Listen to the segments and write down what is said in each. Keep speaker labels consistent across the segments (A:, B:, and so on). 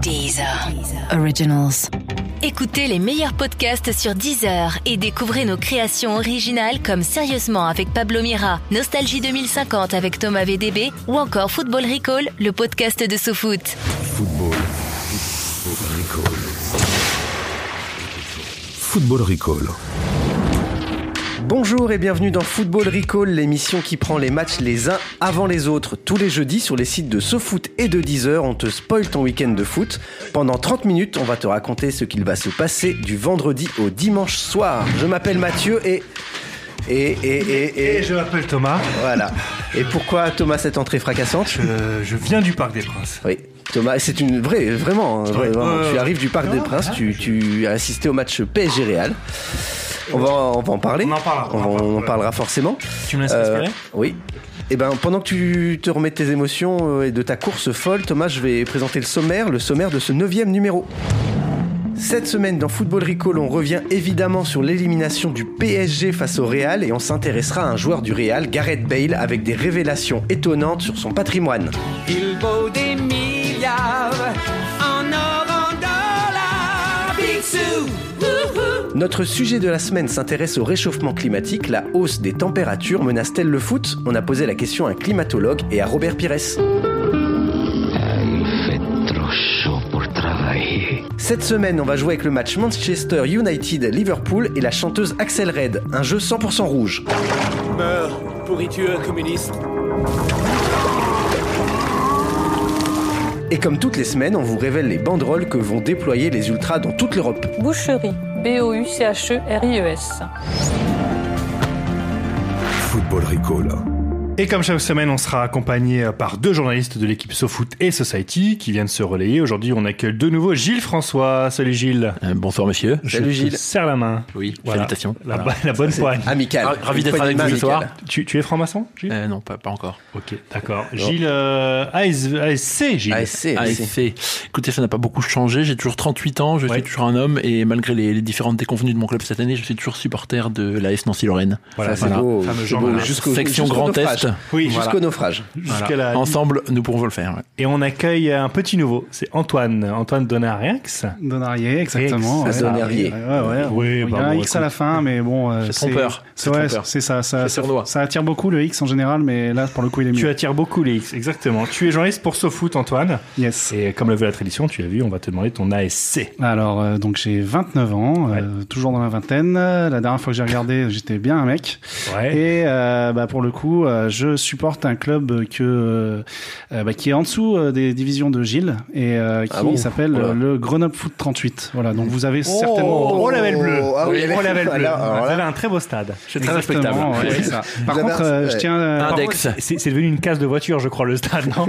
A: Deezer. Originals. Écoutez les meilleurs podcasts sur Deezer et découvrez nos créations originales comme Sérieusement avec Pablo Mira, Nostalgie 2050 avec Thomas VDB ou encore Football Recall, le podcast de SoFoot.
B: Football. Recall. Football Recall.
C: Bonjour et bienvenue dans Football Recall, l'émission qui prend les matchs les uns avant les autres. Tous les jeudis sur les sites de SoFoot et de Deezer, on te spoil ton week-end de foot. Pendant 30 minutes, on va te raconter ce qu'il va se passer du vendredi au dimanche soir. Je m'appelle Mathieu et... Et, et, et,
D: Et je m'appelle Thomas,
C: Voilà. Et pourquoi Thomas cette entrée fracassante
D: Euh, je, je viens du Parc des Princes.
C: Oui. Thomas, c'est une vraie, vraiment, hein,
D: Ouais.
C: vraiment.
D: Ouais,
C: tu
D: ouais.
C: arrives du Parc des
D: Non,
C: Princes,
D: ah,
C: tu, tu as assisté au match PSG Real. On va, on va en parler.
D: On en parlera,
C: On,
D: on en parlera,
C: on en
D: ouais.
C: parlera forcément.
E: Tu me laisses
C: Euh,
E: respirer
C: Oui. Et ben, pendant que tu te remets de tes émotions euh, et de ta course folle, Thomas, je vais présenter le sommaire, le sommaire de ce neuvième numéro. Cette semaine dans Football Recall, on revient évidemment sur l'élimination du PSG face au Real et on s'intéressera à un joueur du Real, Gareth Bale, avec des révélations étonnantes sur son patrimoine.
F: Il vaut des milliards en or, en dollars. Big Sue, wouhou.
C: Notre sujet de la semaine s'intéresse au réchauffement climatique. La hausse des températures menace-t-elle le foot On a posé la question à un climatologue et à Robert Pires.
G: Il fait trop chaud pour travailler.
C: Cette semaine, on va jouer avec le match Manchester United-Liverpool et la chanteuse Axel Red, un jeu 100% rouge.
H: Meurs, pourriture communiste.
C: Et comme toutes les semaines, on vous révèle les banderoles que vont déployer les ultras dans toute l'Europe.
I: Boucherie. B-O-U-C-H-E-R-I-E-S.
B: Football Recall.
D: Et comme chaque semaine, on sera accompagné euh, par deux journalistes de l'équipe SoFoot et Society qui viennent se relayer. Aujourd'hui, on accueille de nouveau Gilles François. Salut Gilles.
E: Euh, bonsoir monsieur.
C: Salut,
D: Je te
C: Gilles.
D: serre la main.
E: Oui,
D: Voilà.
E: félicitations.
D: La,
E: Voilà.
D: bo- la bonne poigne.
C: Amical.
E: Ah, ravi
C: Une
E: d'être
C: poignée
E: avec
C: de main
E: vous ce soir.
C: amicale.
D: Tu, tu es franc-maçon Gilles
E: Euh, non, pas, pas encore.
D: Ok, d'accord. Gilles, euh, AS- ASC, Gilles.
C: ASC, ASC.
E: AFC. Écoutez, ça n'a pas beaucoup changé. J'ai toujours 38 ans, je
D: Ouais.
E: suis toujours un homme et malgré les, les différentes déconvenues de mon club cette année, je suis toujours supporter de l'AS Nancy-Lorraine.
D: Voilà,
C: C'est beau,
D: Fameux
C: c'est
D: genre,
C: beau.
D: voilà.
C: Jusqu'au-
E: Section
C: jusqu'au
E: Grand
C: naufrage.
E: Est.
D: Oui,
C: Jusqu'au
D: voilà.
C: naufrage.
D: Jusqu'à la-
E: Ensemble, nous pourrons le faire. ouais.
D: Et on accueille un petit nouveau, c'est Antoine, Antoine Donarix.
J: Donarié, exactement.
D: Rex,
J: ouais.
C: Donarié.
J: Ouais, ouais, ouais.
D: Oui,
J: Il y
D: bah
J: a un
D: bon,
J: X à la fin, mais bon. euh,
E: C'est
J: c'est
E: trompeur.
J: C'est
E: C'est
J: ouais,
E: trompeur.
J: c'est ça. Ça,
E: C'est
J: ça,
E: sournois.
J: ça attire beaucoup le X en général, mais là, pour le coup, il est mieux.
D: Tu attires beaucoup les X, exactement. Tu es journaliste pour SoFoot, Antoine.
J: Yes.
D: Et comme le veut la tradition, tu l'as vu, on va te demander ton ASC.
J: Alors, euh, donc j'ai 29 ans,
D: Ouais.
J: euh, toujours dans la vingtaine. Euh, La dernière fois que j'ai regardé, j'étais bien un mec.
D: Ouais.
J: Et euh, bah, pour le coup, euh, je supporte un club que, euh, bah, qui est en dessous euh, des divisions de Gilles et euh, qui
C: Ah bon
J: s'appelle
C: Oula.
J: euh, le Grenoble Foot 38. Voilà, donc vous avez certainement.
D: Oh, la belle bleue.
C: Ah oui,
D: Oh, la belle bleue.
C: alors, alors
D: Vous
C: là-
D: avez un très beau stade.
E: C'est très respectable.
J: Exactement, ouais, c'est ça. Par
C: Vous avez
J: contre,
C: un-
J: euh,
C: ouais.
J: je tiens. euh, par contre,
E: Index.
D: C'est c'est devenu une case de voiture, je crois, le stade, non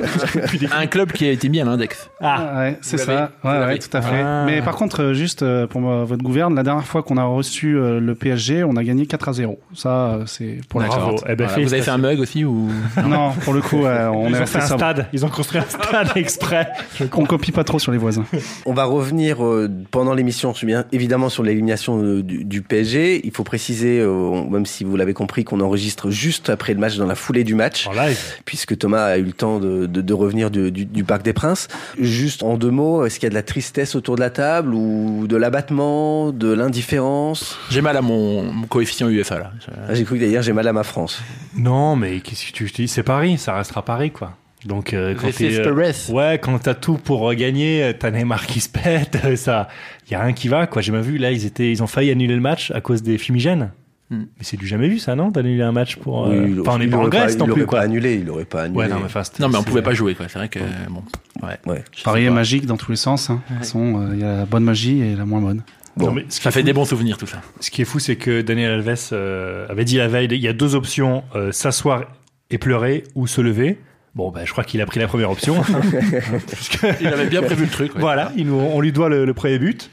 E: Un club qui a été mis à l'index.
D: Ah,
J: Ah, ouais, c'est
E: Vous l'avez
J: ça.
E: Vous
J: Ouais, ouais,
E: l'avez
J: tout à fait.
D: Ah.
J: Mais par contre, euh, juste euh, pour euh, votre gouverne, la dernière fois qu'on a reçu euh, le PSG, on a gagné 4 à 0. Ça, euh, c'est pour la
D: bravo.
J: carotte.
D: Eh ben,
E: Voilà. Vous avez fait un mug aussi ou
J: Non, pour le coup, euh, on
D: Ils
J: est
D: ont
J: resté
D: fait un
J: sobre.
D: stade. Ils ont construit un stade exprès.
J: On copie pas trop sur les voisins.
C: On va revenir euh, pendant l'émission sur- bien évidemment sur l'élimination euh, du, du PSG. Il faut préciser, euh, on- même si vous l'avez compris, qu'on enregistre juste après le match, dans la foulée du match,
D: En live.
C: puisque Thomas a eu le temps de, de- de revenir du, du- du Parc des Princes. Juste en deux mots, est-ce qu'il y a de la tristesse autour de la table ou de l'abattement, de l'indifférence
E: J'ai mal à mon, mon coefficient UEFA là. Je-
C: Ah, J'ai cru que d'ailleurs j'ai mal à ma France.
D: Non, mais qu'est-ce que tu je te dis C'est Paris, ça restera Paris, quoi. Donc, euh, quand
E: This is
D: t'es, euh,
E: Paris.
D: Ouais, quand t'as tout pour euh, gagner, euh, t'as Neymar qui se pète, euh, ça, y a rien qui va, quoi. J'ai bien vu, là, ils étaient, ils ont failli annuler le match à cause des fumigènes.
E: Hmm.
D: Mais c'est du jamais vu, ça, non D'annuler un match pour. euh,
C: Oui, il-
D: enfin, on est
C: il
D: pas en
C: aurait
D: Grèce
C: il
D: non plus,
C: aurait
D: quoi.
C: pas annulé, il aurait pas annulé.
D: Ouais, non, mais enfin, c'était-
E: Non mais on
D: c'est-
E: pouvait pas jouer quoi. C'est vrai que euh, bon. Ouais.
C: Ouais.
E: Je sais
J: Paris est
E: pas.
J: magique dans tous les sens. hein. De toute façon, euh, il y a la bonne magie et la moins bonne.
D: Non,
C: Bon.
D: mais ce, qui
E: Ça
D: est
E: fait
D: fou,
E: des bons souvenirs tout ça.
D: ce qui est fou, c'est que Daniel Alves euh, avait dit la veille il y a deux options, euh, s'asseoir et pleurer ou se lever. Bon, ben, je crois qu'il a pris la première option. Puisque-
E: Il avait bien prévu le truc. ouais.
D: Voilà, il nous- on lui doit le, le premier but.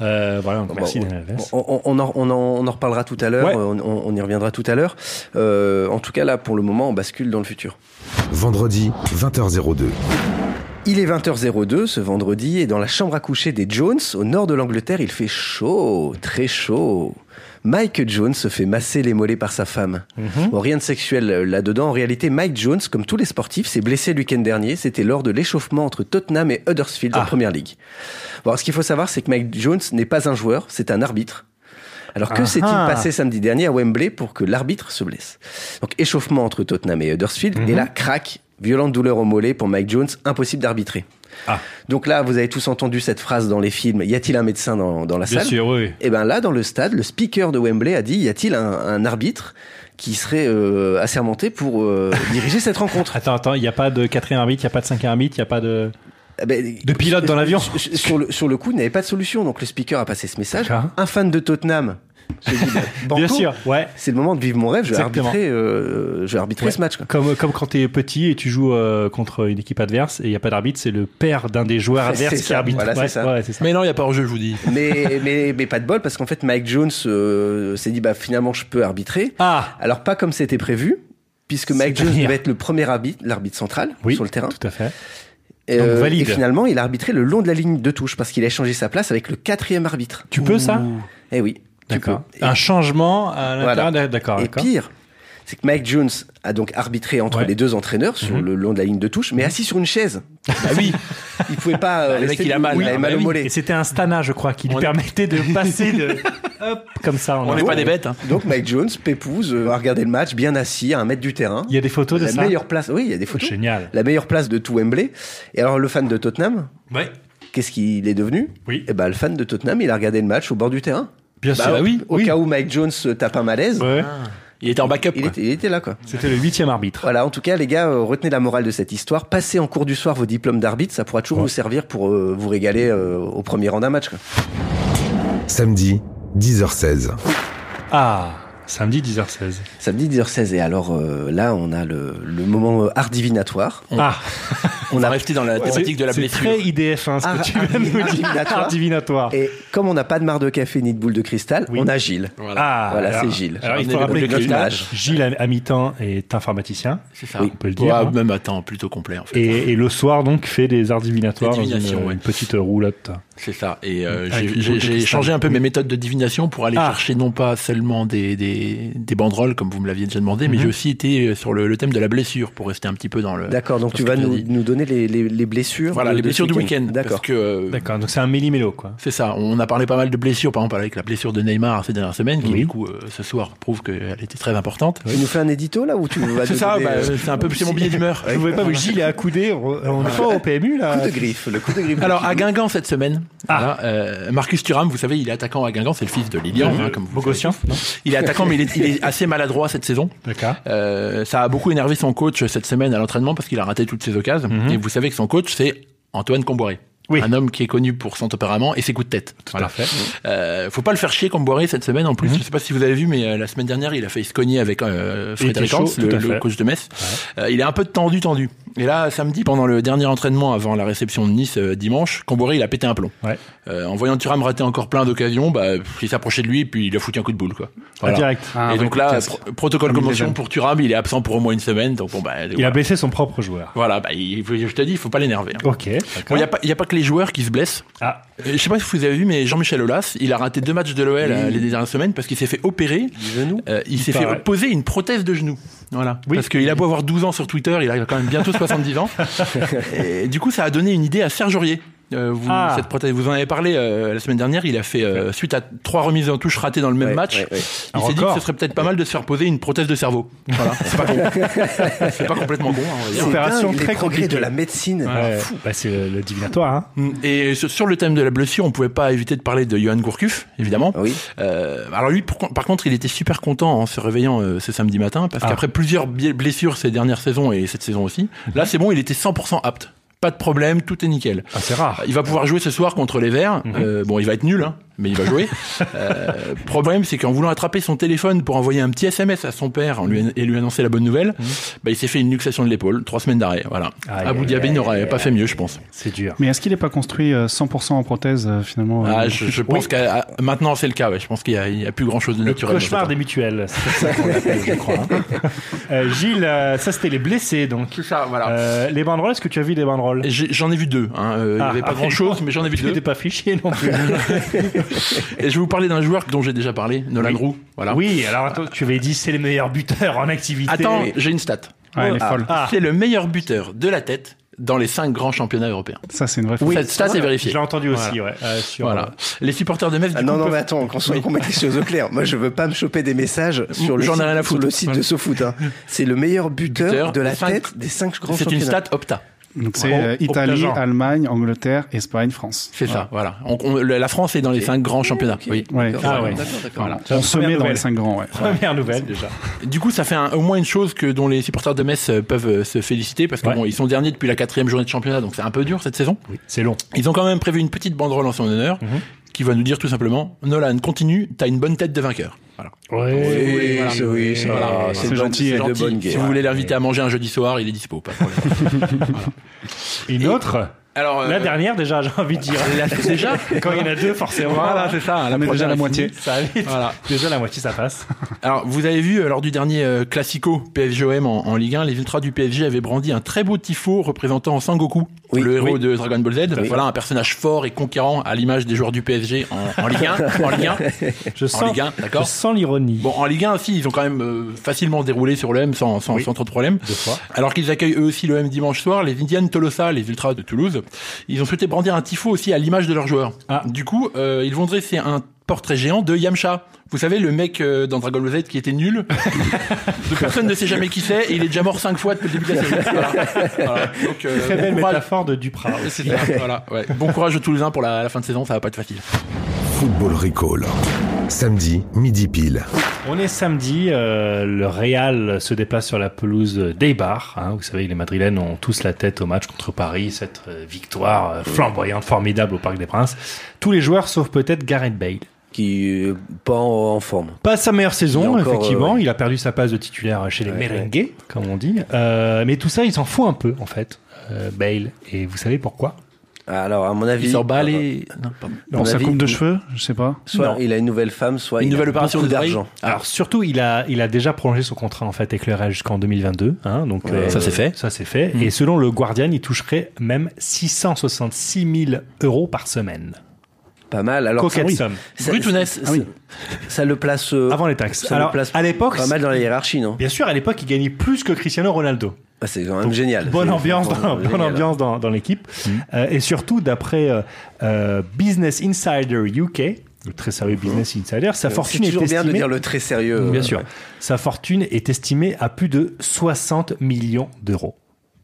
D: Euh, voilà, donc
C: Mm. Bon,
D: merci
C: bon,
D: Daniel Alves.
C: On, on- on en, on en- on en reparlera tout à l'heure,
D: Ouais.
C: on, on- on y reviendra tout à l'heure. Euh, en tout cas, là, pour le moment, on bascule dans le futur.
B: Vendredi, 20h02.
C: Il est 20h02 ce vendredi et dans la chambre à coucher des Jones, au nord de l'Angleterre, il fait chaud, très chaud. Mike Jones se fait masser les mollets par sa femme.
D: Mhm.
C: Bon, rien de sexuel euh, là-dedans. En réalité, Mike Jones, comme tous les sportifs, s'est blessé le week-end dernier. C'était lors de l'échauffement entre Tottenham et Huddersfield
D: Ah.
C: en Première Ligue. Bon, ce qu'il faut savoir, c'est que Mike Jones n'est pas un joueur, c'est un arbitre. Alors que
D: Ah
C: s'est-il
D: ah.
C: passé samedi dernier à Wembley pour que l'arbitre se blesse Donc échauffement entre Tottenham et Huddersfield,
D: Mhm.
C: et là, crac, violente douleur au mollet pour Mike Jones, impossible d'arbitrer.
D: Ah.
C: Donc là, vous avez tous entendu cette phrase dans les films, y a-t-il un médecin dans, dans la
D: Bien
C: salle
D: sûr, oui. oui.
C: et bien là, dans le stade, le speaker de Wembley a dit, y a-t-il un, un arbitre qui serait euh, assermenté pour euh, diriger cette rencontre
D: Attends, attends, il n'y a pas de quatrième arbitre, il n'y a pas de cinquième arbitre, il n'y a pas de.
C: Eh ben,
D: De pilote dans l'avion.
C: sur- Sur le, sur le coup, il n'avait pas de solution, donc le speaker a passé ce message.
D: D'accord.
C: Un fan de Tottenham, se dit, bah,
D: Ah. Bien
C: Banco,
D: sûr, ouais.
C: C'est le moment de vivre mon rêve, je vais
D: Exactement.
C: arbitrer, euh, je vais arbitrer
D: Ouais.
C: ce match. quoi.
D: Comme, comme quand t'es petit et tu joues euh, contre une équipe adverse et il n'y a pas d'arbitre, c'est le père d'un des joueurs
C: C'est
D: adverses qui
C: ça,
D: arbitre.
C: voilà, c'est
D: ouais,
C: ça.
D: ouais, c'est ça.
E: Mais non, il n'y a pas hors-jeu, je vous dis.
C: Mais, mais, mais pas de bol, parce qu'en fait, Mike Jones euh, s'est dit, bah, finalement, je peux arbitrer.
D: Ah,
C: Alors, pas comme c'était prévu, puisque Mike Jones
D: C'est-à-dire
C: devait être le premier arbitre, l'arbitre central
D: oui,
C: sur le terrain.
D: Tout à fait.
C: Et,
D: Donc,
C: euh,
D: valide.
C: et finalement, il a arbitré le long de la ligne de touche parce qu'il a échangé sa place avec le quatrième arbitre.
D: Tu peux ça
C: Eh oui. tu
D: D'accord.
C: peux. Et,
D: Un changement à l'intérieur.
C: Voilà.
D: de- D'accord.
C: et
D: Ah, d'accord.
C: pire, c'est que Mike Jones a donc arbitré entre
D: Ouais.
C: les deux entraîneurs sur
D: Mhm.
C: le long de la ligne de touche, mais assis sur une chaise.
E: Ah oui,
C: Il pouvait pas. euh,
E: le mec,
C: rester
E: il a
C: debout,
E: mal.
C: Il avait
E: Ah,
C: mal
E: bah
C: au
E: oui.
C: mollet.
D: Et c'était un stana, je crois, qui lui
E: On est-
D: permettait de passer de. Hop, comme ça. en
E: on n'est
D: avant.
E: pas des bêtes. hein.
C: Donc Mike Jones, pépouze, euh, a regardé le match bien assis à un mètre du terrain.
D: Il y a des photos de
C: la
D: ça. Oh,
C: meilleure place. Oui, il y a des photos.
D: Génial.
C: La meilleure place de tout Wembley. Et alors le fan de Tottenham,
D: Ouais.
C: qu'est-ce qu'il est devenu
D: Oui.
C: Eh ben le fan de Tottenham, il a regardé le match au bord du terrain.
D: Bien
C: Bah,
D: sûr.
C: au-
D: oui.
C: au
D: oui.
C: cas où Mike Jones euh, tape un malaise,
D: Ouais.
E: Il était en backup.
C: il,
E: quoi.
C: était, il était là quoi.
D: C'était le huitième arbitre.
C: Voilà, en tout cas les gars, euh, retenez la morale de cette histoire. Passez en cours du soir vos diplômes d'arbitre, ça pourra toujours
D: Ouais.
C: vous servir pour euh, vous régaler euh, au premier rang d'un match. quoi.
B: Samedi, 10h16.
D: Ah, samedi 10h16.
C: Samedi 10h16 et alors euh, là on a le, le moment euh, art divinatoire.
D: Ah,
E: On a resté dans la thématique de la
D: c'est
E: blessure.
D: très IDF1 hein, ce
C: Ah,
D: que tu
C: ah,
D: viens de
C: ah,
D: nous dire.
C: divinatoire.
D: Art divinatoire.
C: Et comme on n'a pas de marre de café ni de boule de cristal,
D: Oui.
C: on a Gilles.
E: Voilà.
D: Ah,
C: Voilà,
D: alors-
C: c'est Gilles.
D: Alors, il
E: J'ai
D: faut
E: ramené
D: rappeler
E: le
D: que
E: bloc
D: Gilles,
C: notage.
D: Gilles, à, à mi-temps est informaticien,
E: C'est ça.
D: on peut le dire.
E: Ouais,
D: hein.
E: même attends, plutôt complet en fait.
D: Et, et le soir, donc, fait des arts divinatoires
E: Des
D: dans une,
E: divinations, ouais.
D: une petite roulotte.
E: C'est ça. Et euh,
D: Avec
E: j'ai-
D: une boule
E: j'ai
D: de
E: j'ai
D: cristal.
E: changé un peu mes méthodes de divination pour aller
D: Ah.
E: chercher non pas seulement des, des, des banderoles, comme vous me l'aviez déjà demandé, mais
D: Mhm.
E: j'ai aussi été euh, sur le, le thème de la blessure pour rester un petit peu dans le.
C: D'accord, donc
E: Parce
C: tu
E: que
C: vas
E: t'as
C: nous,
E: dit-
C: nous donner les, les- les blessures.
E: Voilà,
C: de-
E: les
C: de
E: blessures
C: ce
E: du week-end.
C: D'accord.
E: Parce que. euh,
D: D'accord, donc c'est un méli-mélo, quoi.
E: C'est ça, on a parlé pas mal de blessures, par exemple avec la blessure de Neymar ces dernières semaines, qui
D: Oui.
E: du coup euh, ce soir prouve qu'elle était très importante.
C: Tu nous fais un édito là ou tu vas
E: C'est
C: nous
E: ça,
C: donner,
E: bah,
C: euh,
E: c'est un peu c'est mon billet d'humeur.
D: Vous pouvez pas, mais Gilles est accoudé, on n'est pas au PMU, là.
C: coup de griffe, le coup de griffe.
E: Alors à Guingamp cette semaine,
D: Ah.
E: voilà, euh, Marcus Thuram, vous savez, il est attaquant à Guingamp, c'est le fils de Lilian, hein, comme vous le savez.
D: Bogossian non
E: Il est attaquant, mais il est, il est assez maladroit cette saison.
D: D'accord.
E: Euh, ça a beaucoup énervé son coach cette semaine à l'entraînement parce qu'il a raté toutes ses occasions.
D: Mhm.
E: Et vous savez que son coach, c'est Antoine Comboiré.
D: Oui.
E: Un homme qui est connu pour son tempérament et ses coups de tête.
D: Tout
E: Voilà.
D: à fait.
E: Euh, faut pas le faire chier Comboiré cette semaine en plus. Je sais pas si vous avez vu, mais euh, la semaine dernière, il a failli se cogner avec
D: Mhm.
E: euh,
D: Il était
E: Frédéric
D: chaud,
E: Hans, le,
D: tout à
E: le
D: fait.
E: coach de Metz. Euh, il est un peu tendu, tendu. Et là, samedi, pendant le dernier entraînement avant la réception de Nice euh, dimanche, Comboiré, il a pété un plomb.
D: Ouais.
E: Euh, en voyant Thuram rater encore plein d'occasions, bah, il s'approchait de lui et puis il a foutu un coup de boule. Quoi. Voilà.
D: Direct.
J: Ah,
E: et
J: ouais,
E: donc là,
J: putain,
E: pro- protocole
J: Comme il les
E: convention
J: aime.
E: pour Thuram, il est absent pour au moins une semaine. Donc bon, bah,
D: Il a
E: voilà,
D: blessé son propre joueur.
E: Voilà, bah, il- je te dis, il faut pas l'énerver. hein.
D: Ok.
E: Bon, il n'y a, pas- il y a pas que les joueurs qui se blessent.
D: Ah,
E: Euh, Je sais pas si vous avez vu, mais Jean-Michel Aulas, il a raté deux matchs de l'OL euh, les dernières semaines parce qu'il s'est fait opérer. Euh, il s'est fait
D: paraît.
E: poser une prothèse de genou. Voilà.
D: Oui.
E: Parce qu'il a beau avoir 12 ans sur Twitter, il a quand même bientôt 70 ans. Et du coup, ça a donné une idée à Serge Aurier. Euh, vous,
D: Ah.
E: cette prothèse, vous en avez parlé euh, la semaine dernière. Il a fait euh, suite à trois remises en touche ratées dans le même
C: Ouais,
E: match.
C: ouais, ouais.
D: Un
E: Il s'est dit que
D: record.
E: ce serait peut-être pas mal de se faire poser une prothèse de cerveau. Voilà, c'est pas con. c'est pas complètement con. hein, on va dire.
C: C'est
D: Opération
C: dingue, les
D: très
C: progrès
D: compliquée.
C: de la médecine.
E: Ah,
D: ouais. Bah, c'est le, le divinatoire, hein.
E: Et sur sur le thème de la blessure, on pouvait pas éviter de parler de Johan Gourcuff, évidemment.
C: Oui.
E: Euh, alors lui, pour- par contre, il était super content en se réveillant euh, ce samedi matin, parce
D: Ah.
E: qu'après plusieurs bi- blessures ces dernières saisons et cette saison aussi,
D: Mhm.
E: là c'est bon, il était 100% apte. Pas de problème, tout est nickel.
D: Ah, Mhm. c'est rare.
E: Il va pouvoir jouer ce soir contre les Verts. Euh, bon, il va être nul, hein, mais il va jouer. euh, problème, c'est qu'en voulant attraper son téléphone pour envoyer un petit SMS à son père en lui- et lui annoncer la bonne nouvelle, bah, il s'est fait une luxation de l'épaule, trois semaines d'arrêt. Voilà.
D: Mhm. Aïe,
E: Abu
D: aïe,
E: Dhabi
D: aïe,
E: n'aurait
D: aïe,
E: pas fait
D: aïe.
E: mieux, je pense.
D: C'est dur.
J: Mais est-ce qu'il n'est pas construit euh, 100% en prothèse euh, finalement
E: Ah,
J: euh,
E: je, je pense que maintenant c'est le cas. ouais. Je pense qu'il n'y a, plus grand chose de
D: Le
E: naturel. dans
D: cauchemar
E: cette
D: des mutuelles, c'est ça qu'on l'appelle, je crois. hein. Euh, Gilles, euh, ça c'était les blessés donc.
E: affaire.
D: Euh, les banderoles, est-ce que tu as vu les banderoles
E: J'ai- J'en ai vu deux. hein. Euh, il n'y
D: Ah,
E: avait pas
D: ah,
E: grand chose, mais j'en ai vu
D: Tu
E: deux.
D: n'étais pas fiché non plus.
E: Et je vais vous parler d'un joueur dont j'ai déjà parlé, Nolan
D: Oui.
E: Roux. Voilà.
D: Oui, alors attends, tu avais dit c'est les meilleurs buteurs en activité.
E: Attends, j'ai une stat.
J: Ouais, elle est folle.
D: Ah.
E: C'est le meilleur buteur de la tête dans les cinq grands championnats européens.
J: Ça, c'est une vraie folle.
E: Cette stat est
D: Je
E: vérifiée.
D: l'ai entendu aussi, ouais. euh, sur,
E: Voilà. Les supporters de Metz.
C: Ah
E: du
C: non,
E: coup,
C: non,
E: peuvent-
C: mais attends, qu'on soit- qu'on mette les choses au clair. Moi, je veux pas me choper des messages sur le
E: J'en ai
C: site,
E: rien à
C: sur
E: foutre.
C: le site de SoFoot. hein. C'est le meilleur buteur,
E: Buteur
C: de la
E: des cinq-
C: tête des cinq grands
E: C'est une
C: championnats.
E: stat opta.
J: Donc c'est
D: Au-
J: euh,
D: au
J: Italie,
D: plagiat.
J: Allemagne, Angleterre, Espagne, France.
E: C'est
C: Ah.
E: ça. Voilà. On- on- le- la France est dans les cinq grands championnats. Oui.
J: Ouais.
D: Ah ouais.
E: Voilà.
J: On se
D: Première
J: met dans
D: nouvelle.
J: les cinq grands, ouais.
D: Première nouvelle déjà.
E: Du coup, ça fait un- au moins une chose que dont les supporters de Metz euh, peuvent euh, se féliciter parce que
D: Ouais.
E: bon, ils sont derniers depuis la quatrième journée de championnat, donc c'est un peu dur cette saison.
D: C'est long.
E: Ils ont quand même prévu une petite banderole en son honneur qui va nous dire tout simplement Nolan, continue, t'as une bonne tête de vainqueur. Voilà.
C: Oui,
E: voilà.
C: c'est- oui, c'est-
E: Voilà,
C: c'est
J: c'est
C: de bonne-
J: gentil,
C: c'est de
E: Gentil.
C: bonne
E: si
C: guerre.
E: vous voulez l'inviter à manger un jeudi soir, il est dispo. Pas de problème.
D: Une
E: Et-
D: autre
E: Alors,
D: La
E: euh,
D: dernière déjà, j'ai envie de dire.
E: la- déjà
D: Quand il y en a deux, forcément.
E: Voilà, c'est ça.
J: On est
E: première
J: déjà à la
E: est
J: moitié.
E: finie.
D: Ça va vite.
E: Voilà.
D: Déjà la moitié ça passe.
E: Alors, vous avez vu euh, lors du dernier euh, Classico PFGOM en, en Ligue 1, les ultras du PSG avaient brandi un très beau tifo représentant Sangoku,
C: Oui,
E: le héros
C: oui.
E: de Dragon Ball Z. Voilà un personnage fort et conquérant à l'image des joueurs du PSG en, en Ligue 1. en Ligue 1.
D: Je sens,
E: Ligue 1, d'accord.
D: Je sens l'ironie.
E: Bon, en Ligue 1 aussi, ils ont quand même euh, facilement déroulé sur l'OM sans, sans, sans trop de problèmes.
D: Deux fois.
E: Alors qu'ils accueillent eux aussi l'OM dimanche soir, les Indians Tolosa, les Ultras de Toulouse, ils ont souhaité brandir un tifo aussi à l'image de leurs joueurs.
D: Ah.
E: Du coup, euh, ils vont dresser un portrait géant de Yamcha. Vous savez, le mec euh, dans Dragon Ball Z qui était nul, de personne ne sait jamais qui c'est, et il est déjà mort cinq fois depuis le début de la série. Voilà. Voilà. Donc, euh,
D: Très belle
E: bon courage.
D: métaphore de Duprat. aussi.
E: C'est ça, voilà, ouais. Bon courage aux Toulousains pour la, la fin de saison, ça va pas être facile.
B: Football Recall. Samedi, midi pile.
D: On est samedi, euh, le Real se déplace sur la pelouse d'Eibar. hein. vous savez, les Madrilènes ont tous la tête au match contre Paris, cette euh, victoire euh, flamboyante, formidable au Parc des Princes. Tous les joueurs, sauf peut-être Gareth Bale.
C: Qui euh, pas en, en forme.
D: Pas sa meilleure saison,
C: Il est encore,
D: effectivement.
C: euh, ouais.
D: Il a perdu sa place de titulaire chez les
C: Ouais,
D: Merengues, comme on dit. Euh, mais tout ça, il s'en fout un peu, en fait, euh, Bale. Et vous savez pourquoi
C: Alors, à mon avis,
E: Ils s'emballent et...
D: Ah,
E: Non, pardon.
C: à mon
J: Pour sa
C: avis,
J: coupe de
C: il-
J: cheveux, je sais pas.
C: Soit
D: Non.
C: il a une nouvelle femme, soit
E: Une
C: il
E: nouvelle
C: a
E: opération
C: beaucoup
E: des oreilles.
C: d'argent.
D: Alors surtout, il a, il a déjà prolongé son contrat en fait avec le Real jusqu'en 2022. hein, donc euh,
E: Ça, c'est fait.
D: Ça c'est fait.
C: Mm.
D: Et selon le Guardian, il toucherait même 666 000 euros par semaine.
C: Pas mal. Alors,
D: Coquette
C: ça,
D: somme
C: ça-
E: Brut ou net
C: ça,
E: Ah oui.
C: ça le place euh,
D: avant les taxes.
C: ça le
D: Alors
C: place
D: à l'époque,
C: pas mal dans la hiérarchie, non
D: bien sûr, à l'époque, il gagnait plus que Cristiano Ronaldo.
C: Ah, C'est quand même génial.
D: Bonne
C: C'est-
D: ambiance,
C: c'est
D: dans, bonne
C: génial. Mm.
D: ambiance dans, dans l'équipe. Euh, et surtout, d'après euh, euh, Business Insider UK, le très sérieux Business Insider, sa fortune
C: Mm-hmm. Euh, C'est
D: est,
C: toujours bien de
D: estimée. Mm,
C: dire le très sérieux.
D: Bien
C: euh,
D: sûr,
C: ouais.
D: sa fortune est estimée à plus de 60 millions d'euros.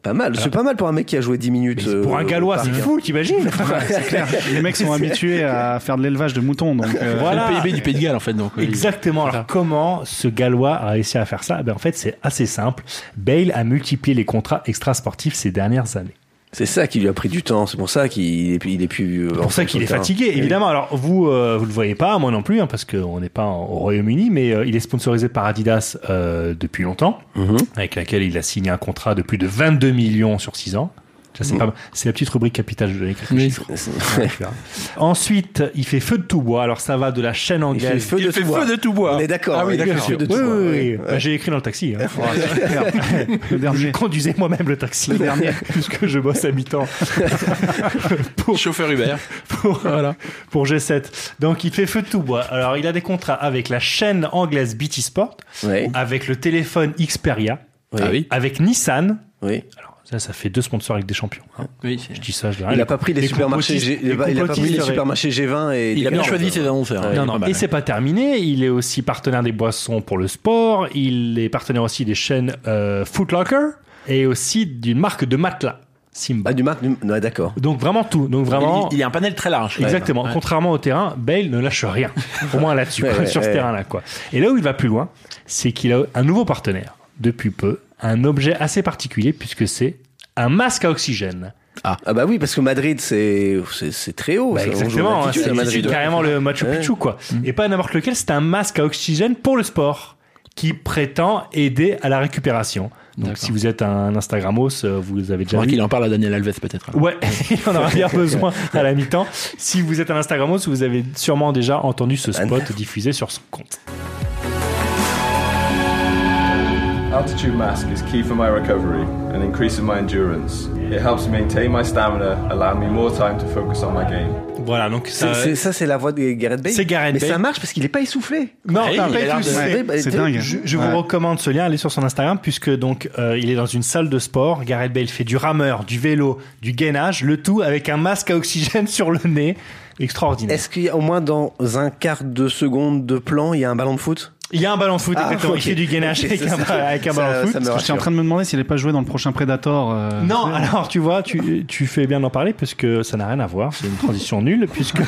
C: Pas mal. C'est pas mal pour un mec qui a joué 10 minutes.
D: Mais c'est pour
C: euh,
D: un
C: au
D: Gallois,
C: parc,
D: c'est
C: hein.
D: fou, t'imagines
J: Les mecs sont habitués à faire de l'élevage de moutons, donc euh,
D: Voilà.
E: C'est le PIB du Pays de Galles, en fait. Donc, euh, oui.
D: Exactement. Alors, comment ce Gallois a réussi à faire ça ben, En fait, c'est assez simple. Bale a multiplié les contrats extrasportifs ces dernières années.
C: C'est ça qui lui a pris du temps. C'est pour ça qu'il est, il est plus. euh,
D: C'est pour ça qu'il est fatigué, évidemment. Alors, vous euh, vous le voyez pas, moi non plus, hein, parce qu'on n'est pas en- au Royaume-Uni, mais euh, il est sponsorisé par Adidas euh, depuis longtemps, avec laquelle il a signé un contrat de plus de 22 millions sur 6 ans. Ça, C'est pas- c'est la petite rubrique capitale, je vais donner quelques
E: Oui.
D: chiffres. Ouais, tu verras. Ensuite, il fait feu de tout bois. Alors, ça va de la chaîne
C: Il fait
D: anglaise
C: feu de
E: fait
C: tout bois.
E: feu de tout bois.
C: On est d'accord.
E: Ah oui,
C: il fait
E: d'accord.
C: feu de
D: Oui,
C: tout bois,
D: oui,
C: oui.
D: oui. Bah, J'ai écrit dans le taxi. hein.
J: le
D: Je
J: dernier.
D: conduisais moi-même le taxi. Le dernier. Puisque je bosse à mi-temps
E: Chauffeur Uber.
D: pour, euh, pour G7. Donc, il fait feu de tout bois. Alors, il a des contrats avec la chaîne anglaise BT Sport,
C: Ouais.
D: avec le téléphone Xperia,
C: Oui.
E: Ah oui.
D: avec Nissan.
C: Oui.
D: Alors, ça, ça fait deux sponsors avec des champions. hein.
E: Oui, c'est-
D: Je dis ça, je dis rien.
C: Il a pas pris les, supermarchés. G...
D: complotistes-
C: Il a pas- il a pas pris les
D: complotistes-
C: supermarchés G20 et.
E: Il a bien
C: Decathlon.
E: choisi ses annonceurs. hein. Il est
D: Non,
E: pas
D: non.
E: mal.
D: Et c'est pas terminé. Il est aussi partenaire des boissons pour le sport. Il est partenaire aussi des chaînes euh, Foot Locker et aussi d'une marque de matelas, Simba.
C: Ah du marque. du- Non, d'accord.
D: Donc vraiment tout. Donc vraiment.
E: Il, il y a un panel très large.
D: Exactement.
E: Ouais.
D: Contrairement au terrain, Bale ne lâche rien. Au moins là-dessus,
C: Ouais, ouais,
D: sur ce
C: ouais.
D: terrain-là, quoi. Et là où il va plus loin, c'est qu'il a un nouveau partenaire depuis peu, un objet assez particulier puisque c'est un masque à oxygène.
E: Ah.
C: Ah bah oui, parce que Madrid, c'est c'est- c'est très haut.
D: Bah,
C: ça, on joue en
D: exactement, hein,
C: altitude à
D: c'est
C: Madrid.
D: c'est carrément le Machu
C: Ouais.
D: Picchu quoi. Et pas n'importe lequel, c'est un masque à oxygène pour le sport qui prétend aider à la récupération. Donc
E: D'accord.
D: si vous êtes un Instagramos, euh, vous avez déjà
E: Faudra
D: vu.
E: qu'il en parle à Daniel Alves peut-être.
D: Ouais, il en aura bien besoin à la mi-temps. Si vous êtes un Instagramos, vous avez sûrement déjà entendu ce
C: Ah,
D: spot diffusé sur son compte.
K: Altitude mask is key for my recovery and increases my endurance. It helps maintain my stamina, allowing me more time to focus on my game.
D: Voilà, donc
C: C'est- c'est- ça, c'est la voix de Gareth Bale.
D: C'est Gareth
C: Mais
D: Bale.
C: ça marche parce qu'il est pas essoufflé.
D: Non,
E: Hey,
D: t'as
E: il
D: pas
E: a
D: été
E: l'air de-
D: touché.
C: Ouais, bah,
J: c'est
C: t'es-
J: dingue.
D: Je, je
J: Ouais.
D: vous recommande ce lien, allez sur son Instagram, puisque donc euh, il est dans une salle de sport. Gareth Bale fait du rameur, du vélo, du gainage, le tout avec un masque à oxygène sur le nez. Extraordinaire.
C: Est-ce qu'il y a au moins dans un quart de seconde de plan, il y a un ballon de foot
D: Il y a un ballon de foot,
C: Ah,
D: exactement.
C: ok.
D: Il fait du gainage
C: Ok,
D: avec,
C: ça,
D: un,
C: ça-
D: avec un
C: ça-
D: ballon de
C: ça
D: foot.
C: me
J: Je suis en train de me demander s'il n'est pas joué dans le prochain Predator. euh,
D: Non, alors tu vois, tu, tu fais bien d'en parler parce que ça n'a rien à voir, c'est une transition nulle puisque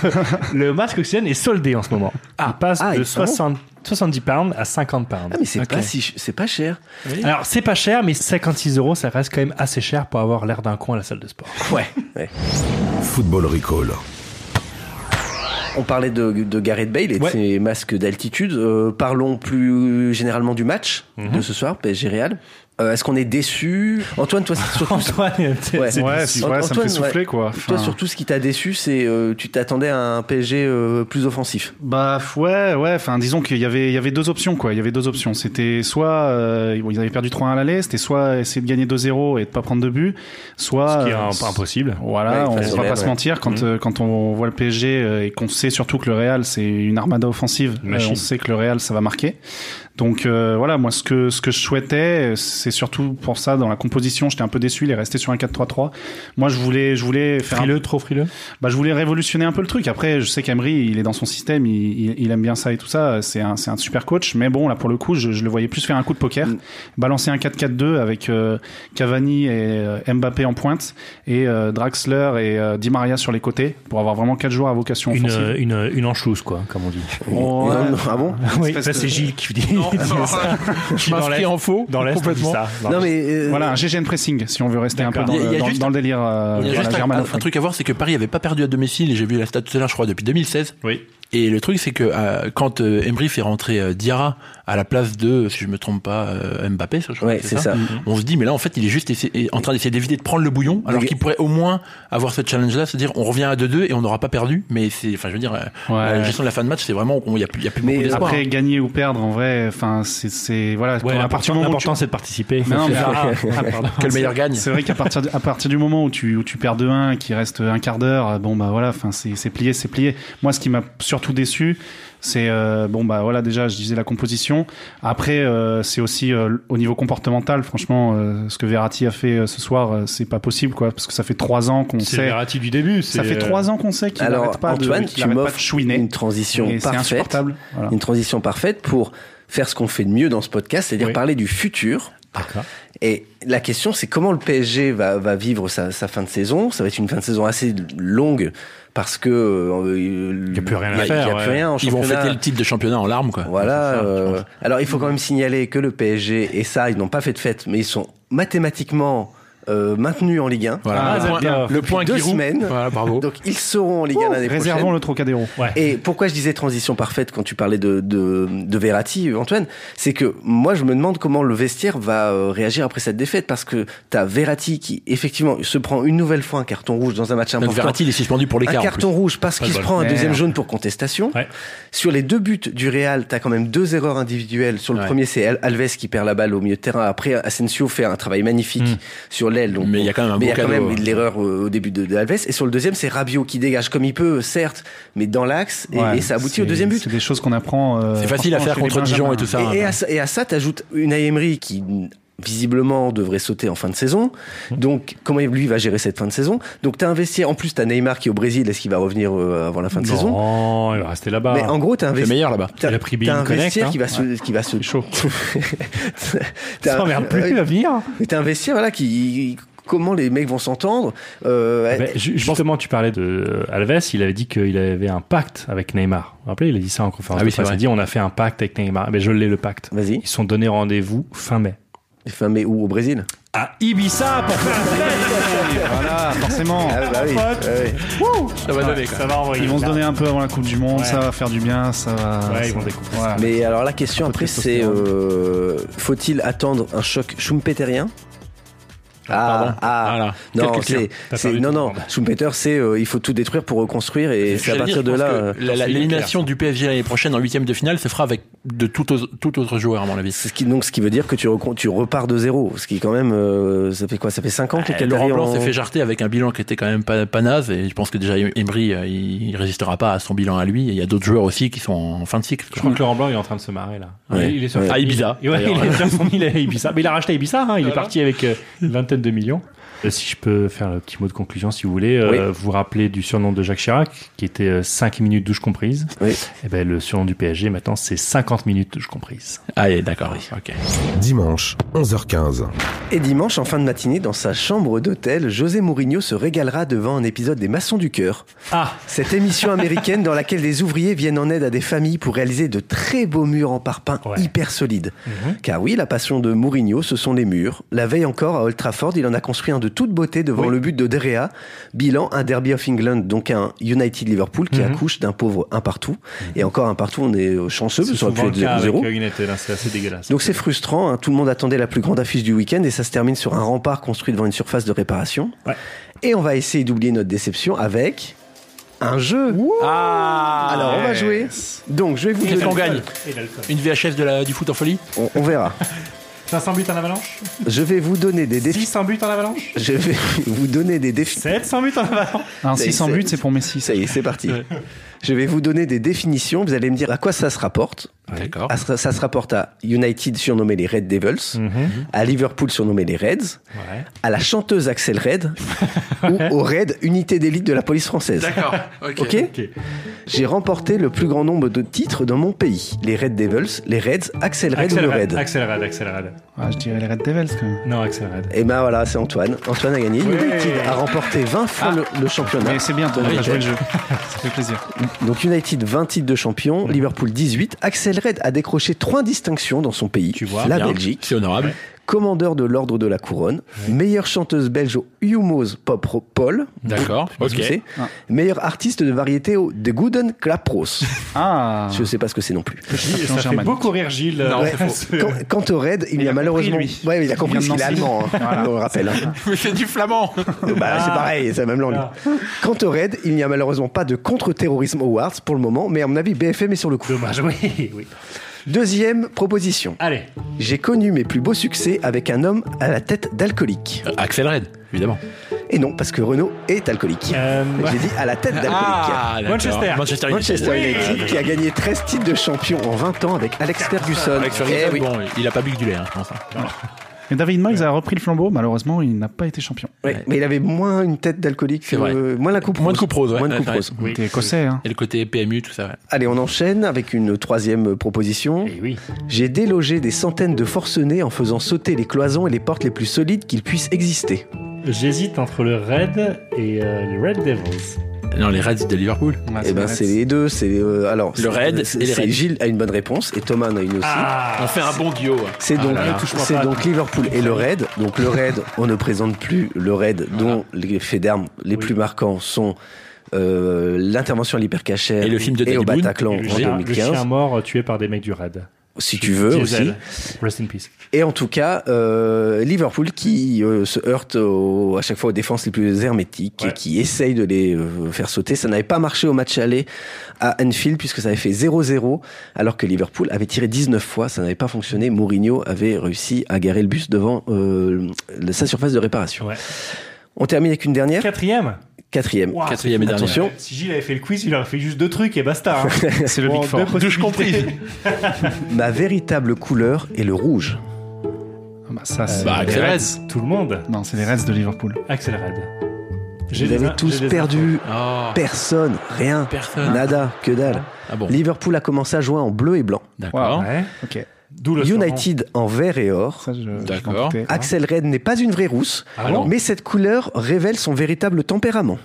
D: le masque oxygène est soldé en ce moment. il passe
C: ah,
D: de
C: il s'en va.
D: 60 70 pounds à 50 pounds.
C: Ah mais c'est
D: Ok.
C: pas si ch- c'est pas cher.
D: Alors c'est pas cher, mais 56 euros, ça reste quand même assez cher pour avoir l'air d'un con à la salle de sport.
C: Ouais.
B: Football Recall.
C: On parlait de, de Gareth Bale et de
D: Ouais.
C: ses masques d'altitude. Euh, parlons plus généralement du match
J: Mhm.
C: de ce soir PSG Real. Euh, Est-ce qu'on est déçu Antoine, toi, c'est surtout
D: Antoine, c'est-
C: Ouais.
D: c'est-
J: Ouais,
C: déçu.
J: c'est- ouais, ça me
C: Antoine,
J: fait souffler
C: ouais.
J: quoi.
C: Toi,
J: Enfin,
C: surtout, ce qui t'a déçu, c'est euh, tu t'attendais à un PSG euh, plus offensif.
J: Bah f- ouais, ouais. Enfin, disons qu'il y avait, il y avait deux options quoi. Il y avait deux options. C'était soit euh, bon, ils avaient perdu 3-1 à l'aller, c'était soit essayer de gagner 2-0 et de pas prendre de but, soit
D: Ce qui est un-
J: euh,
D: pas impossible.
J: Voilà,
C: Ouais,
J: on
C: face au
J: va
C: Real,
J: pas se
C: ouais.
J: mentir quand euh, quand on voit le PSG euh, et qu'on sait surtout que le Real c'est une armada offensive, euh,
D: Une machine.
J: on sait que le Real ça va marquer. Donc euh, voilà, moi ce que ce que je souhaitais, euh, c'est surtout pour ça dans la composition, j'étais un peu déçu, il est resté sur un 4-3-3. Moi je voulais je voulais faire un
D: Frileux, trop frileux.
J: bah, je voulais révolutionner un peu le truc. Après, je sais qu'Emery, il est dans son système, il, il, il aime bien ça et tout ça. C'est un, c'est un super coach. Mais bon, là, pour le coup, je, je le voyais plus faire un coup de poker,
E: Mm.
J: balancer un 4-4-2 avec euh, Cavani et euh, Mbappé en pointe et euh, Draxler et euh, Di Maria sur les côtés pour avoir vraiment quatre joueurs à vocation
D: Une,
J: offensive.
D: euh, une, une enchouse, quoi, comme on dit.
J: Oh, ouais.
C: Non, non, ah bon
D: Oui,
J: espèce
D: ça,
J: de-
D: c'est Gilles qui dit. dit ça.
E: je m'inscris en faux.
D: Dans l'Est, on dit
E: complètement.
D: ça. Dans
C: Non
D: l'Est.
C: mais euh,
J: Voilà, un GGN pressing, si on veut rester un peu
D: D'accord.
J: dans,
E: Il y a- il
J: le,
E: y a
J: dans,
E: juste-
J: dans le délire euh,
E: Il y a
J: voilà,
E: juste un,
J: germanophone.
E: un truc à voir, c'est que Paris avait pas perdu à domicile, et j'ai vu la stat tout à l'heure, je crois, depuis 2016.
D: Oui.
E: Et le truc, c'est que euh, quand euh, Emery fait rentrer euh, Diarra à la place de, si je me trompe pas, euh, Mbappé, ça, je crois
C: Ouais,
E: que
C: c'est ça.
E: on se dit, mais là, en fait, il est juste essa- en train d'essayer d'éviter de prendre le bouillon, alors
C: Mais-
E: qu'il pourrait au moins avoir ce challenge-là, c'est-à-dire on revient à 2-2 et on n'aura pas perdu, mais c'est, enfin, je veux dire, euh,
J: Ouais.
E: la gestion de la fin de match, c'est vraiment qu'on- il n'y a plus, il y a plus
C: Mais
E: beaucoup d'espoir. hein.
J: Après, gagner ou perdre, en vrai, enfin, c'est- c'est. Voilà,
D: Ouais,
J: à partir du moment où tu-
D: l'important, c'est de participer.
J: Mais non, mais-
D: Ah, pardon.
E: que le meilleur gagne.
J: C'est vrai qu'à partir, de- à partir du moment où tu, où tu perds 2-1, qu'il reste un quart d'heure, euh, bon bah voilà, enfin c'est c'est plié, c'est plié. Moi, ce qui m'a surtout déçu, c'est euh, bon bah voilà, déjà je disais la composition. Après, euh, c'est aussi euh, au niveau comportemental, franchement, euh, ce que Verratti a fait euh, ce soir, euh, c'est pas possible quoi, parce que ça fait trois ans qu'on
D: C'est le
J: sait.
D: Verratti euh, du début.
J: Ça fait trois ans qu'on sait qu'il
C: alors
J: n'arrête pas
C: Antoine,
J: de, qu'il
C: tu
J: arrête pas de
C: m'offres
J: chouiner.
C: une transition
J: Et c'est
C: parfaite,
J: insupportable. Voilà.
C: une transition parfaite pour faire ce qu'on fait de mieux dans ce podcast, c'est-à-dire
D: Oui.
C: parler du futur.
D: D'accord.
C: Et la question, c'est comment le PSG va, va vivre sa, sa fin de saison. Ça va être une fin de saison assez longue parce que il
D: y a plus rien à
C: Il y a
D: faire,
C: plus
D: ouais.
C: rien en
E: Ils vont
C: championnat.
E: fêter le titre de championnat en larmes, quoi.
C: Voilà.
E: C'est ça, je
C: euh,
E: pense.
C: alors il faut quand même signaler que le PSG et ça, ils n'ont pas fait de fête, mais ils sont mathématiquement euh, maintenus en Ligue 1.
E: Voilà.
D: Ah,
E: le
D: c'est
E: point,
D: bien.
E: le point
C: Deux
E: Giroud.
C: semaines.
E: Voilà, bravo.
C: Donc ils seront en Ligue 1 l'année prochaine.
J: Réservons le Trocadéro.
D: Ouais.
C: Et pourquoi je disais transition parfaite quand tu parlais de, de, de Verratti, Antoine, c'est que moi je me demande comment le vestiaire va euh, réagir après cette défaite parce que t'as Verratti qui effectivement se prend une nouvelle fois un carton rouge dans un match
E: Donc
C: important.
E: Verratti, il est suspendu
C: un
E: pour l'écart. en plus.
C: carton rouge parce
D: Pas
C: qu'il
D: de
C: se
D: bol.
C: prend un deuxième
J: Merde.
C: jaune pour contestation.
D: Ouais.
C: Sur les deux buts du Real, t'as quand même deux erreurs individuelles. Sur le
E: Ouais.
C: premier, c'est Al- Alves qui perd la balle au milieu de terrain. Après, Asensio fait un travail magnifique
D: Mm.
C: sur l'aile. donc
E: Mais il y a quand même un
C: mais il y a
E: beau
C: quand
E: cadeau, hein.
C: même
E: ouais.
C: l'erreur euh, au début de, de Alves. Et sur le deuxième, c'est Rabiot qui dégage comme il peut, certes, mais dans l'axe. Et,
J: Ouais,
C: et ça aboutit au
J: c'est-
C: deuxième but.
J: C'est des choses qu'on apprend. euh,
E: C'est facile à
J: franchement,
E: faire
J: chez les
E: contre Dijon
J: Benjamins.
E: et tout ça. hein.
C: Et, et à, ça- et à ça, t'ajoutes une Emery qui visiblement devrait sauter en fin de saison.
E: Mm.
C: Donc, comment lui va gérer cette fin de saison Donc, t'as investi. En plus, t'as Neymar qui est au Brésil. Est-ce qu'il va revenir euh, avant la fin de saison
D: Non, il va rester là-bas.
C: Mais en gros, t'as
E: C'est
C: investi.
E: meilleur là-bas.
C: T'as
D: Il a pris
C: t'as un
D: Bean Connect,
C: vestiaire
D: hein.
C: qui va se, qui va se chaud.
D: Ça m'emmerde plus à venir.
C: T'as un vestiaire voilà qui comment les mecs vont s'entendre. Euh,
D: Ben, ju- justement, tu parlais de euh, Alves, il avait dit qu'il avait un pacte avec Neymar. Vous vous rappelez, il a dit ça en conférence.
E: Ah oui,
D: de presse.
E: c'est
D: Il a
E: vrai.
D: dit on a fait un pacte avec Neymar. Mais je l'ai le pacte.
C: Vas-y.
D: Ils se sont donné rendez-vous fin mai.
C: Enfin, mais où au Brésil
D: À à Ibiza pour faire un
J: Et voilà, forcément.
D: Ah bah oui, ah oui.
J: Wouh
E: Ça va donner, quoi.
D: Ah, Ça va envoyer.
J: Ils vont se
D: Là.
J: donner un peu avant la Coupe du Monde,
D: Ouais.
J: ça va faire du bien, ça va.
D: Ouais, ils
J: ça-
D: vont découvrir.
J: voilà.
C: Mais alors la question après c'est euh, faut-il attendre un choc Schumpeterien ah, ah,
E: Voilà.
C: non,
E: Quelle culture.
C: c'est-
D: T'as
C: c'est-
D: perdu
C: non,
D: ton
C: non,
D: commande.
C: Schumpeter, c'est euh, il faut tout détruire pour reconstruire et c'est à
E: J'allais
C: partir
E: dire,
C: de
E: je
C: là.
E: pense
C: euh,
E: que la- la- L'élimination du PSG l'année prochaine en huitième de finale se fera avec de tout, au- tout autre joueur, à mon avis.
C: c'est ce qui, donc, ce qui veut dire que tu, recon- tu repars de zéro, ce qui quand même, euh, ça fait quoi Ça fait 5 ans que les
E: Euh, Laurent
C: Qataris
E: Blanc
C: ont-
E: s'est fait jarter avec un bilan qui était quand même pas, pas naze et je pense que déjà Emery euh, il, il résistera pas à son bilan à lui et il y a d'autres joueurs aussi qui sont en fin de cycle.
D: Je crois que Laurent Blanc il est en train de se marrer là.
C: Ouais.
D: Il est sur
C: Ouais.
E: À Ibiza,
D: Et ouais,
E: d'ailleurs.
D: il est sur son île à Ibiza. Mais il a racheté Ibiza, hein. il est parti avec euh, une vingtaine de millions. Euh, Si je peux faire le petit mot de conclusion, si vous voulez, euh, vous vous rappelez du surnom de Jacques Chirac, qui était euh, 5 minutes douche comprise.
C: Oui.
D: Et ben, le surnom du PSG, maintenant, c'est 50 minutes douche comprise.
E: Ah, et d'accord, oui. ok.
B: Dimanche, 11h15.
C: Et dimanche, en fin de matinée, dans sa chambre d'hôtel, José Mourinho se régalera devant un épisode des Maçons du Cœur.
D: Ah
C: Cette émission américaine dans laquelle des ouvriers viennent en aide à des familles pour réaliser de très beaux murs en parpaing
D: Ouais. Mhm.
C: hyper solides. Car oui, la passion de Mourinho, ce sont les murs. La veille encore, à Old Trafford, il en a construit un de toute beauté devant le but de Derea. Bilan, un Derby of England, donc un United Liverpool
D: Mhm.
C: qui accouche d'un pauvre un partout. Et encore un partout, on est euh, chanceux, ça aurait pu être 0-0.
D: euh, hein. c'est assez dégueulasse.
C: Donc c'est frustrant, hein. tout le monde attendait la plus grande affiche du week-end et ça se termine sur un rempart construit devant une surface de réparation.
D: Ouais.
C: Et on va essayer d'oublier notre déception avec un jeu. Ah, Alors on va jouer. Donc je vais vous
E: Qu'est-ce
C: donner-
E: qu'on gagne Une VHS de la, du foot en folie
C: On, on verra.
D: 500 buts en avalanche
C: Je vais vous donner des défis.
D: 600 buts en avalanche
C: Je vais vous donner des défis.
D: 700 buts en avalanche
J: Un
C: C'est-
J: 600
C: c'est-
J: buts, c'est pour Messi.
C: Ça y est, c'est parti. Je vais vous donner des définitions. Vous allez me dire à quoi ça se rapporte.
E: D'accord.
C: À- Ça se rapporte à United surnommé les Red Devils, à Liverpool surnommé les Reds,
D: Ouais.
C: à la chanteuse Axel Red ou au Red, unité d'élite de la police française.
E: D'accord, ok.
C: Ok
D: Ok.
C: J'ai remporté le plus grand nombre de titres dans mon pays. Les Red Devils, les Reds, Axel Red ou le Red.
D: Accélérade, accélérade.
J: Ah, je dirais les Red Devils quand même.
D: Non, accélérade.
C: Et ben voilà, c'est Antoine. Antoine a gagné. United a remporté 20 fois le, le championnat.
J: Mais c'est bien, on
C: Oui.
J: a joué le jeu. Ça fait plaisir.
C: Donc United 20 titres de champion, Liverpool 18. Axel Red a décroché 3 distinctions dans son pays.
D: Tu vois,
C: la
E: Bien,
C: Belgique,
E: C'est honorable.
C: commandeur de l'ordre de la couronne, meilleure chanteuse belge au Humo's Pop Ro- Paul.
E: D'accord,
C: Je sais
E: ok.
C: pas ce que c'est.
J: Ah.
C: Meilleur artiste de variété au The Gooden Klapros.
J: Ah
C: Je sais pas ce que c'est non plus.
J: Christian
D: Ça fait
J: Sherman.
D: beaucoup rire Gilles. euh,
C: Ouais. Quand- Quant, au raid, il,
J: Il
C: y a,
J: a compris,
C: malheureusement.
J: lui.
C: ouais, mais il a
J: Il
C: compris
J: vient de
C: qu'il est
J: Nancy.
C: allemand, hein.
J: Voilà.
C: on le rappelle. hein.
E: Mais c'est du flamand
C: Bah, C'est pareil, c'est la même langue.
D: Ah.
C: Quant au raid, il n'y a malheureusement pas de contre-terrorisme awards pour le moment, mais à mon avis, BFM est sur le coup.
D: Dommage, oui, oui.
C: Deuxième proposition.
D: Allez,
C: J'ai connu mes plus beaux succès avec un homme à la tête d'alcoolique.
E: Euh, Axel Red, évidemment.
C: Et non, parce que Renault est alcoolique.
D: Euh, ouais.
C: J'ai dit à la tête d'alcoolique.
E: d'accord.
D: Manchester.
E: Ah, Manchester United.
C: Manchester
E: Oui.
C: United qui a gagné 13 titres de champion en 20 ans avec Alex Ferguson.
E: Avec
C: Eh
E: Ferguson,
C: oui.
E: bon, il a pas bu que du lait, hein, je pense. hein.
J: Et David Moyes a repris le flambeau, malheureusement, il n'a pas été champion.
C: Ouais, Mais il avait moins une tête d'alcoolique,
E: C'est vrai.
C: que- moins la coupe
E: Moins de coupe rose, ouais.
C: Moins de
E: Ouais,
C: coupe
E: c'est vrai.
C: rose.
J: Il était écossais, hein.
C: Eh
E: Et le côté PMU, tout ça, ouais.
C: Allez, on enchaîne avec une troisième proposition.
D: Eh oui.
C: J'ai délogé des centaines de forcenés en faisant sauter les cloisons et les portes les plus solides qu'il puisse exister.
D: J'hésite entre le Red et euh, les Red Devils.
E: Non, les Reds de Liverpool.
J: Ouais,
C: eh ben,
J: vrai.
C: c'est les deux. C'est euh, alors
E: Ah, Le
C: c'est-
E: Red
C: c'est-
E: et les
C: c'est-
E: Reds.
C: Gilles a une bonne réponse et Thomas en a une aussi.
E: On
D: Ah
E: fait un bon duo.
C: C'est donc,
E: Ah là là.
D: touche-moi
C: c'est
D: pas.
C: donc Liverpool et le Red. Donc le Red, on ne présente plus le Red dont les faits d'armes les
D: Oui.
C: plus marquants sont euh, l'intervention à l'hypercachère
E: Et le film de Danny
C: au
E: Boone.
C: Bataclan
D: Et le,
C: en
D: chien, le
C: 2015,
D: chien mort euh, tué par des mecs du Red.
C: si tu veux aussi.
D: Diesel. Rest in peace.
C: Et en tout cas, euh, Liverpool qui euh, se heurte au- à chaque fois aux défenses les plus hermétiques et
D: Ouais.
C: qui essaye de les euh, faire sauter. Ça n'avait pas marché au match aller à Anfield puisque ça avait fait 0-0 alors que Liverpool avait tiré 19 fois. Ça n'avait pas fonctionné. Mourinho avait réussi à garer le bus devant euh, le- sa surface de réparation.
D: Ouais.
C: On termine avec une dernière.
D: Quatrième.
C: Quatrième.
D: Wow.
E: Quatrième et dernier.
C: Attention.
D: Si Gilles avait fait le quiz, il aurait fait juste deux trucs et basta. hein.
J: C'est le
D: Bon,
J: Big
D: deux
J: Four.
D: possibilités.
C: Ma véritable couleur est le rouge.
J: Ah bah, ça, c'est-
E: Bah,
D: Les
E: Axel Red.
D: Reds, Tout le monde.
J: Non, c'est les Reds de Liverpool.
D: Axel Red. J'ai
C: Vous
D: des
C: avez
D: in-
C: tous
D: j'ai des
C: perdu.
E: Ah,
C: Personne. Rien.
E: Personne.
C: Nada. Que dalle.
E: Ah bon,
C: Liverpool a commencé à jouer en bleu et blanc.
E: d'accord.
J: Wow.
D: Ouais.
J: Ok.
D: D'où le surnom.
C: Hein United en vert et or.
J: Ça, je- je. m'en
E: D'accord.
J: doutais.
C: Axel Red n'est pas une vraie rousse,
D: Ah non
C: mais cette couleur révèle son véritable tempérament,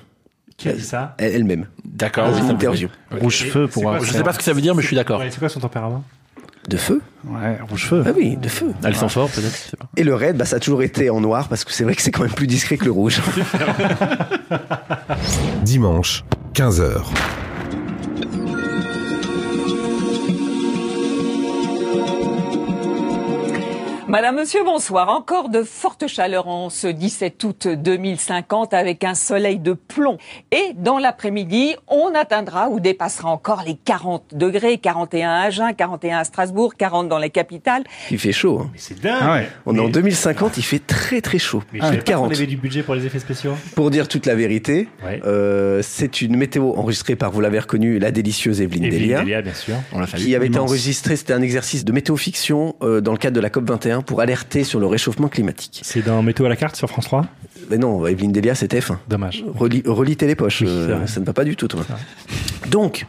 D: Qui a dit ça
C: elle- elle-même,
E: D'accord.
C: dans
E: oui,
C: une
E: ça me
C: interview.
J: Rouge feu pour
D: C'est quoi
J: avoir.
E: Je sais pas ce que ça veut dire, mais je suis d'accord.
D: Ouais, C'est quoi son tempérament
C: De feu
J: Ouais, rouge feu.
C: Ah oui, de feu.
L: Ah, le fort peut-être.
C: Et le raid, bah, ça a toujours été en noir parce que c'est vrai que c'est quand même plus discret que le rouge.
B: Dimanche, 15h.
M: Madame, Monsieur, bonsoir. Encore de fortes chaleurs en ce 17 août 2050 avec un soleil de plomb. Et dans l'après-midi, on atteindra ou dépassera encore les 40 degrés, 41 à Agen, 41 à Strasbourg, 40 dans les capitales.
C: Il fait chaud. hein.
D: C'est dingue.
J: Ah ouais.
C: On est en 2050, il fait très très chaud.
D: Mais je
C: Plus
D: savais
C: de
D: pas qu'on
C: 40.
D: avait du budget pour les effets spéciaux.
C: Pour dire toute la vérité,
D: Ouais.
C: euh, c'est une météo enregistrée par, vous l'avez reconnu, la délicieuse Evelyne Delia.
D: bien sûr.
L: On l'a fallu.
C: qui avait été
J: immense.
C: enregistrée, c'était un exercice de météo-fiction euh, dans le cadre de la COP21 pour alerter sur le réchauffement climatique.
D: C'est dans Météo à la carte sur France 3
C: Mais non, Evelyne Delia, c'était F1.
D: Dommage.
C: Relis, relis tes les poches,
D: Oui,
C: euh,
D: c'est vrai.
C: ça ne va pas du tout, toi.
D: C'est vrai.
C: Donc,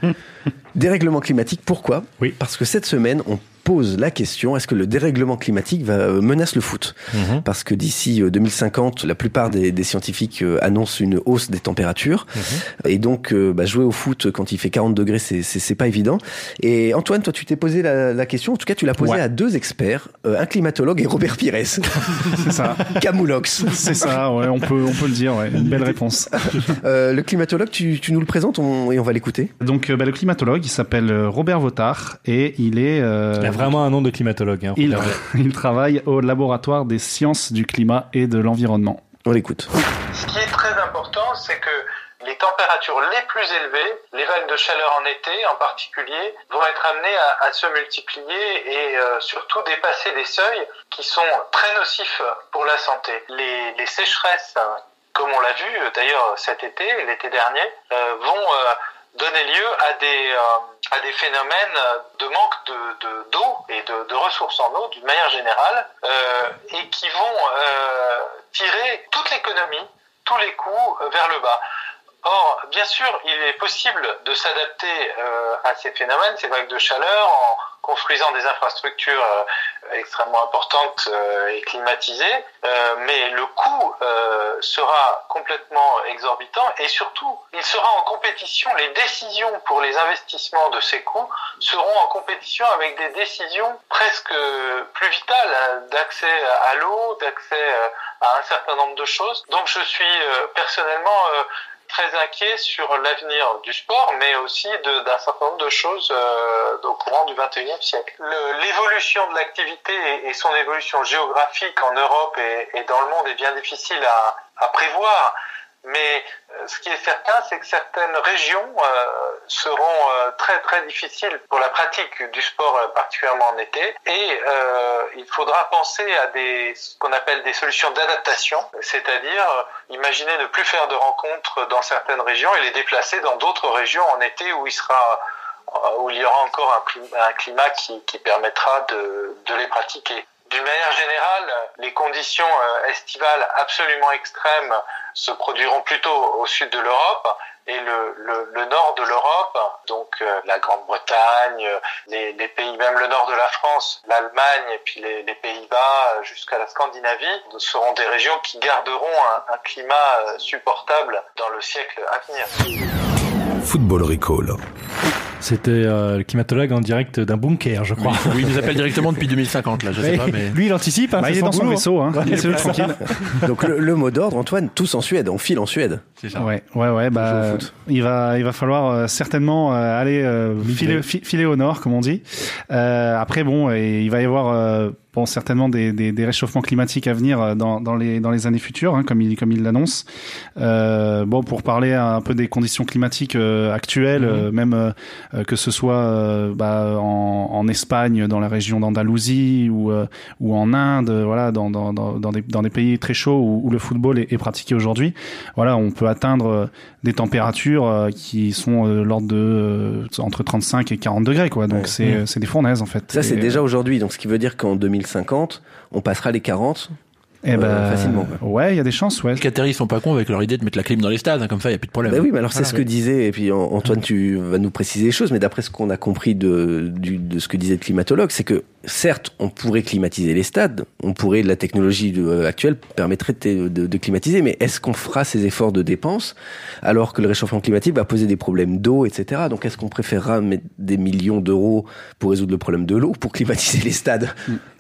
C: dérèglement climatique, pourquoi
D: Oui.
C: Parce que cette semaine, on pose la question est-ce que le dérèglement climatique va, euh, menace le foot
D: Mhm.
C: Parce que d'ici euh, 2050, la plupart des, des scientifiques euh, annoncent une hausse des températures.
D: Mhm.
C: Et donc, euh, bah, jouer au foot quand il fait 40 degrés, c'est- c'est c'est pas évident. Et Antoine, toi, tu t'es posé la, la question, en tout cas, tu l'as posée
J: Ouais.
C: à deux experts, euh, un climatologue et Robert Pires,
J: C'est ça.
C: Camoulox.
J: C'est ça, ouais, on peut, on peut le dire, ouais. Une belle réponse.
C: Euh, le climatologue, tu, tu nous le présentes on- et on va l'écouter.
J: Donc, euh, bah, le climatologue, il s'appelle euh, Robert Votard et il est. euh,
D: Il a vraiment un nom de climatologue. hein.
J: il, il travaille au laboratoire des sciences du climat et de l'environnement.
C: On l'écoute.
E: Ce qui est très important, c'est que les températures les plus élevées, les vagues de chaleur en été en particulier, vont être amenées à, à se multiplier et euh, surtout dépasser des seuils qui sont très nocifs pour la santé. Les, les sécheresses, euh, comme on l'a vu euh, d'ailleurs cet été, l'été dernier, euh, vont euh, donner lieu à des, euh, à des phénomènes euh, de manque de- de- d'eau et de, de ressources en eau d'une manière générale, euh, et qui vont euh, tirer toute l'économie, tous les coûts euh, vers le bas. Or, bien sûr, il est possible de s'adapter euh, à ces phénomènes, ces vagues de chaleur, en construisant des infrastructures euh, extrêmement importantes euh, et climatisées, euh, mais le coût euh, sera complètement exorbitant et surtout, il sera en compétition, les décisions pour les investissements de ces coûts seront en compétition avec des décisions presque euh, plus vitales euh, d'accès à l'eau, d'accès euh, à un certain nombre de choses. Donc je suis euh, personnellement euh, très inquiet sur l'avenir du sport, mais aussi de- d'un certain nombre de choses euh, au courant du 21e siècle. Le- L'évolution de l'activité et, et son évolution géographique en Europe et, et dans le monde est bien difficile à, à prévoir. Mais euh, ce qui est certain, c'est que certaines régions euh, seront euh, très très difficiles pour la pratique du sport, euh, particulièrement en été. Et euh, il faudra penser à des ce qu'on appelle des solutions d'adaptation, c'est-à-dire euh, imaginer ne plus faire de rencontres dans certaines régions et les déplacer dans d'autres régions en été où il sera euh, où il y aura encore un, prim- un climat qui, qui permettra de, de les pratiquer. D'une manière générale, les conditions euh, estivales absolument extrêmes se produiront plutôt au sud de l'Europe et le, le- le nord de l'Europe, donc euh, la Grande-Bretagne, euh, les, les pays, même le nord de la France, l'Allemagne et puis les, les Pays-Bas euh, jusqu'à la Scandinavie, seront des régions qui garderont un, un climat euh, supportable dans le siècle à venir.
B: Football Recall.
D: C'était euh, le climatologue en direct d'un bunker, je crois.
L: Oui, il nous appelle directement depuis 2050 là, je sais pas, mais.
D: Lui, il anticipe. hein,
J: Bah,
D: c'est
J: il est dans son
D: boulot, hein.
J: vaisseau, hein. laissez-le tranquille.
C: Donc le, le mot d'ordre, Antoine, tous en Suède, on file en Suède.
L: C'est ça.
J: Ouais, ouais, ouais.
C: jouer au
J: Bah,
C: foot.
J: il va, il va falloir euh, certainement euh, aller euh, filer, fi- filer au nord, comme on dit. Euh, après, bon, et il va y avoir euh, bon certainement des, des, des réchauffements climatiques à venir euh, dans, dans les dans les années futures, hein, comme il comme il l'annonce. Euh, bon, pour parler un peu des conditions climatiques euh, actuelles,
C: Mhm.
J: euh, même euh, euh, que ce soit euh, bah, en, en Espagne, dans la région d'Andalousie ou euh, ou en Inde, voilà, dans dans dans, dans des dans des pays très chauds où, où le football est, est pratiqué aujourd'hui voilà, on peut atteindre euh, des températures euh, qui sont euh, de l'ordre de euh, entre 35 et 40 degrés, quoi. Donc
C: Ouais. Mmh.
J: c'est euh, c'est des fournaises en fait.
C: Ça, c'est
J: Et,
C: déjà aujourd'hui. Donc, ce qui veut dire qu'en 2050, on passera les 40.
J: eh ben,
C: euh, facilement,
J: Ouais, il y a des chances, ouais.
L: Les Qataris sont pas cons avec leur idée de mettre la clim dans les stades, hein, comme ça, il n'y a plus de problème.
C: Ben oui, mais alors c'est
L: Voilà,
C: ce que disait, et puis An-
E: Ah
C: Antoine, tu vas nous préciser les choses, mais d'après ce qu'on a compris de, du- de ce que disait le climatologue, c'est que certes, on pourrait climatiser les stades, on pourrait, la technologie de- actuelle permettrait de, de- de climatiser, mais est-ce qu'on fera ces efforts de dépenses alors que le réchauffement climatique va poser des problèmes d'eau, etc. Donc est-ce qu'on préférera mettre des millions d'euros pour résoudre le problème de l'eau ou pour climatiser les stades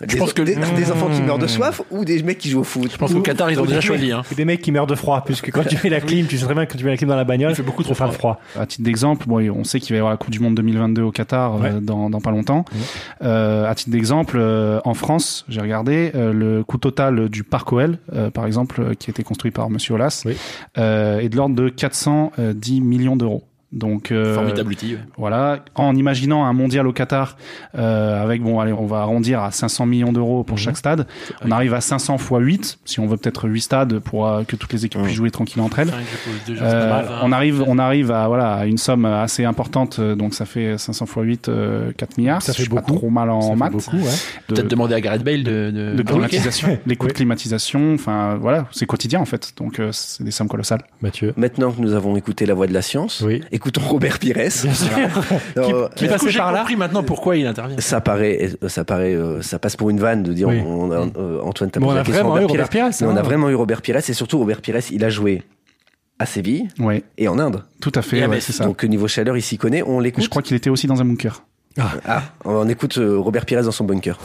C: des,
E: Hmm. pense que- Hmm.
C: des- des enfants qui meurent de soif ou des mecs qui jouent au foot Je
E: pense qu'au Qatar, ils ont déjà choisi, hein.
D: Des mecs qui meurent de froid, puisque quand tu mets la clim, tu sais très bien que quand tu mets la clim dans la bagnole, il fait beaucoup trop froid.
J: À titre d'exemple, bon, on sait qu'il va y avoir la Coupe du Monde 2022 au Qatar euh, dans, dans pas longtemps. Euh, à titre d'exemple, euh, en France, j'ai regardé euh, le coût total du parc OL, euh, par exemple, euh, qui a été construit par Monsieur Olas, euh, est de l'ordre de 410 millions d'euros. Donc, euh,
E: Formidable outil, ouais.
J: Voilà, en imaginant un mondial au Qatar euh, avec bon, allez, on va arrondir à 500 millions d'euros pour chaque stade. On arrive à 500 fois 8 si on veut peut-être 8 stades pour euh, que toutes les équipes puissent jouer tranquilles entre elles.
E: Cinq, je pose deux, je
J: Euh,
E: sais pas, vingt.
J: on arrive, on arrive à voilà à une somme assez importante, euh, donc ça fait 500 fois 8, euh, 4 milliards.
E: Ça
J: si
E: fait
J: je suis Pas trop mal en maths. De-
E: Peut-être demander à Gareth Bale de, de,
J: de climatisation,
E: climatisation.
J: les coûts de climatisation, enfin voilà, c'est quotidien en fait, donc euh, c'est des sommes colossales.
D: Mathieu.
C: Maintenant que nous avons écouté la voix de la science, écoutons Robert Pires.
E: sûr.
C: Alors,
E: Qui, qui est
C: est-ce que
E: passé par là. compris maintenant pourquoi il intervient.
C: Ça paraît, ça paraît, euh, ça passe pour une vanne de dire
E: Oui.
C: on- on- euh, Antoine, t'as
E: Mais
C: posé
E: on
C: la
E: a
C: question. à
E: vraiment eu Robert Pires,
C: Mais on
E: hein.
C: a vraiment eu Robert Pires et surtout Robert Pires, il a joué à Séville et en Inde.
J: Tout à fait, Et à ouais, Metz. c'est ça.
C: Donc euh, niveau chaleur, il s'y connaît. On l'écoute. Je
J: crois qu'il était aussi dans un bunker.
C: Ah, on écoute euh, Robert Pires dans son bunker.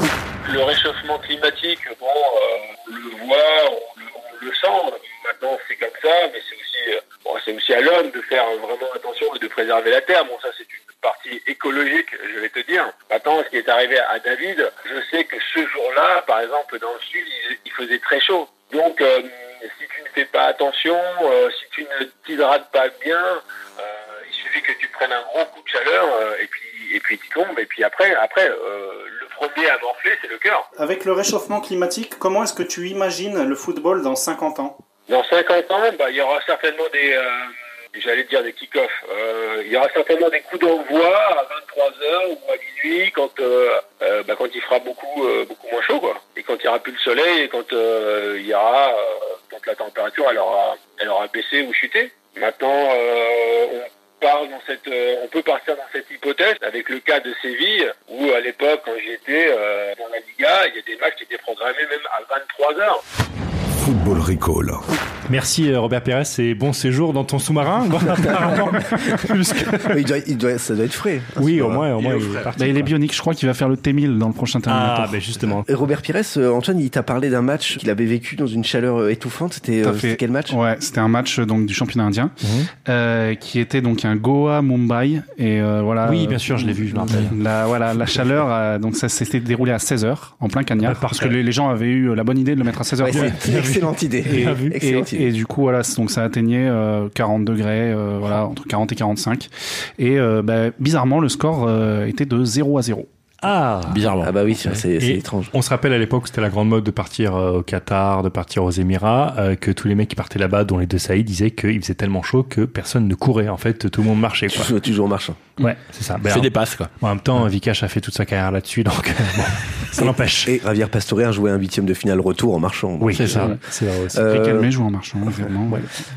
N: Le réchauffement climatique, bon, euh, on le voit, on le, on le sent. Maintenant, c'est comme ça, mais c'est aussi, euh, bon, c'est aussi à l'homme de faire vraiment attention et de préserver la terre. Bon, ça, c'est une partie écologique, je vais te dire. Maintenant, ce qui est arrivé à David, je sais que ce jour-là, par exemple, dans le sud, il, il faisait très chaud. Donc, euh, si tu ne fais pas attention, euh, si tu ne t'hydrates pas bien, euh, il suffit que tu prennes un gros coup de chaleur euh, et puis et puis tu tombes. Et puis après, après, euh, le premier à morfler, c'est le cœur.
O: Avec le réchauffement climatique, comment est-ce que tu imagines le football dans 50 ans
N: Dans 50 ans, bah, il y aura certainement des, euh, j'allais dire des kick-offs. Euh, il y aura certainement des coups d'envoi à 23h ou à minuit quand, euh, euh, bah, quand il fera beaucoup, euh, beaucoup moins chaud, quoi. Et quand il n'y aura plus le soleil et quand euh, il y aura, euh, quand la température, elle aura, elle aura baissé ou chuté. Maintenant, euh, on part dans cette, euh, on peut partir dans cette hypothèse avec le cas de Séville où à l'époque quand j'étais euh, dans la Liga, il y a des matchs qui étaient programmés même à 23 heures.
B: Football Recall.
D: Merci euh, Robert Pires et bon séjour dans ton sous-marin. Bon, apparemment, puisque-
C: il doit, il doit- ça doit être frais. hein,
D: oui, au moins, au moins,
J: Bah,
D: il est parti.
J: il est bionique, je crois qu'il va faire le T1000 dans le prochain Terminator.
D: ben justement.
C: Et Robert Pires, euh, Antoine, il t'a parlé d'un match qu'il avait vécu dans une chaleur euh, étouffante. C'était
J: Tout à
C: euh,
J: fait.
C: c'était quel match
J: Ouais, c'était un match euh, donc du championnat indien
D: Mhm.
J: euh, qui était donc un Goa Mumbai et euh, voilà.
D: Oui,
J: euh,
D: bien sûr, je l'ai vu, je me rappelle.
J: La voilà, la chaleur euh, donc ça s'était déroulé à 16h en plein cagnard
D: Ah,
J: parce que les, les gens avaient eu euh, la bonne idée de le mettre à 16h.
C: Ouais, c'est une excellente idée.
J: Et,
C: Bien vu.
J: et-
C: Excellente
J: et
C: idée.
J: du coup voilà, c'est- donc ça atteignait euh, 40 degrés euh, voilà, entre 40 et 45 et euh, bah, bizarrement le score euh, était de 0 à 0.
D: Ah
C: Bizarrement. Ah bah oui, c'est c'est
D: Et
C: étrange.
D: On se rappelle à l'époque où c'était la grande mode de partir euh, au Qatar, de partir aux Émirats, euh, que tous les mecs qui partaient là-bas, dont les deux Saïd, disaient qu'il faisait tellement chaud que personne ne courait. En fait, tout le monde marchait. Quoi.
C: Toujours, toujours marchant.
D: Ouais, c'est ça.
C: C'est des
D: passes, quoi. En même temps, Vikash a fait toute sa carrière là-dessus, donc euh, bon, ça l'empêche.
C: Et Javier Pastore a joué un huitième de finale retour en marchant.
D: Oui,
J: c'est ça.
D: C'est vrai aussi.
C: Euh,
J: Calmé joue en marchant hein, vraiment.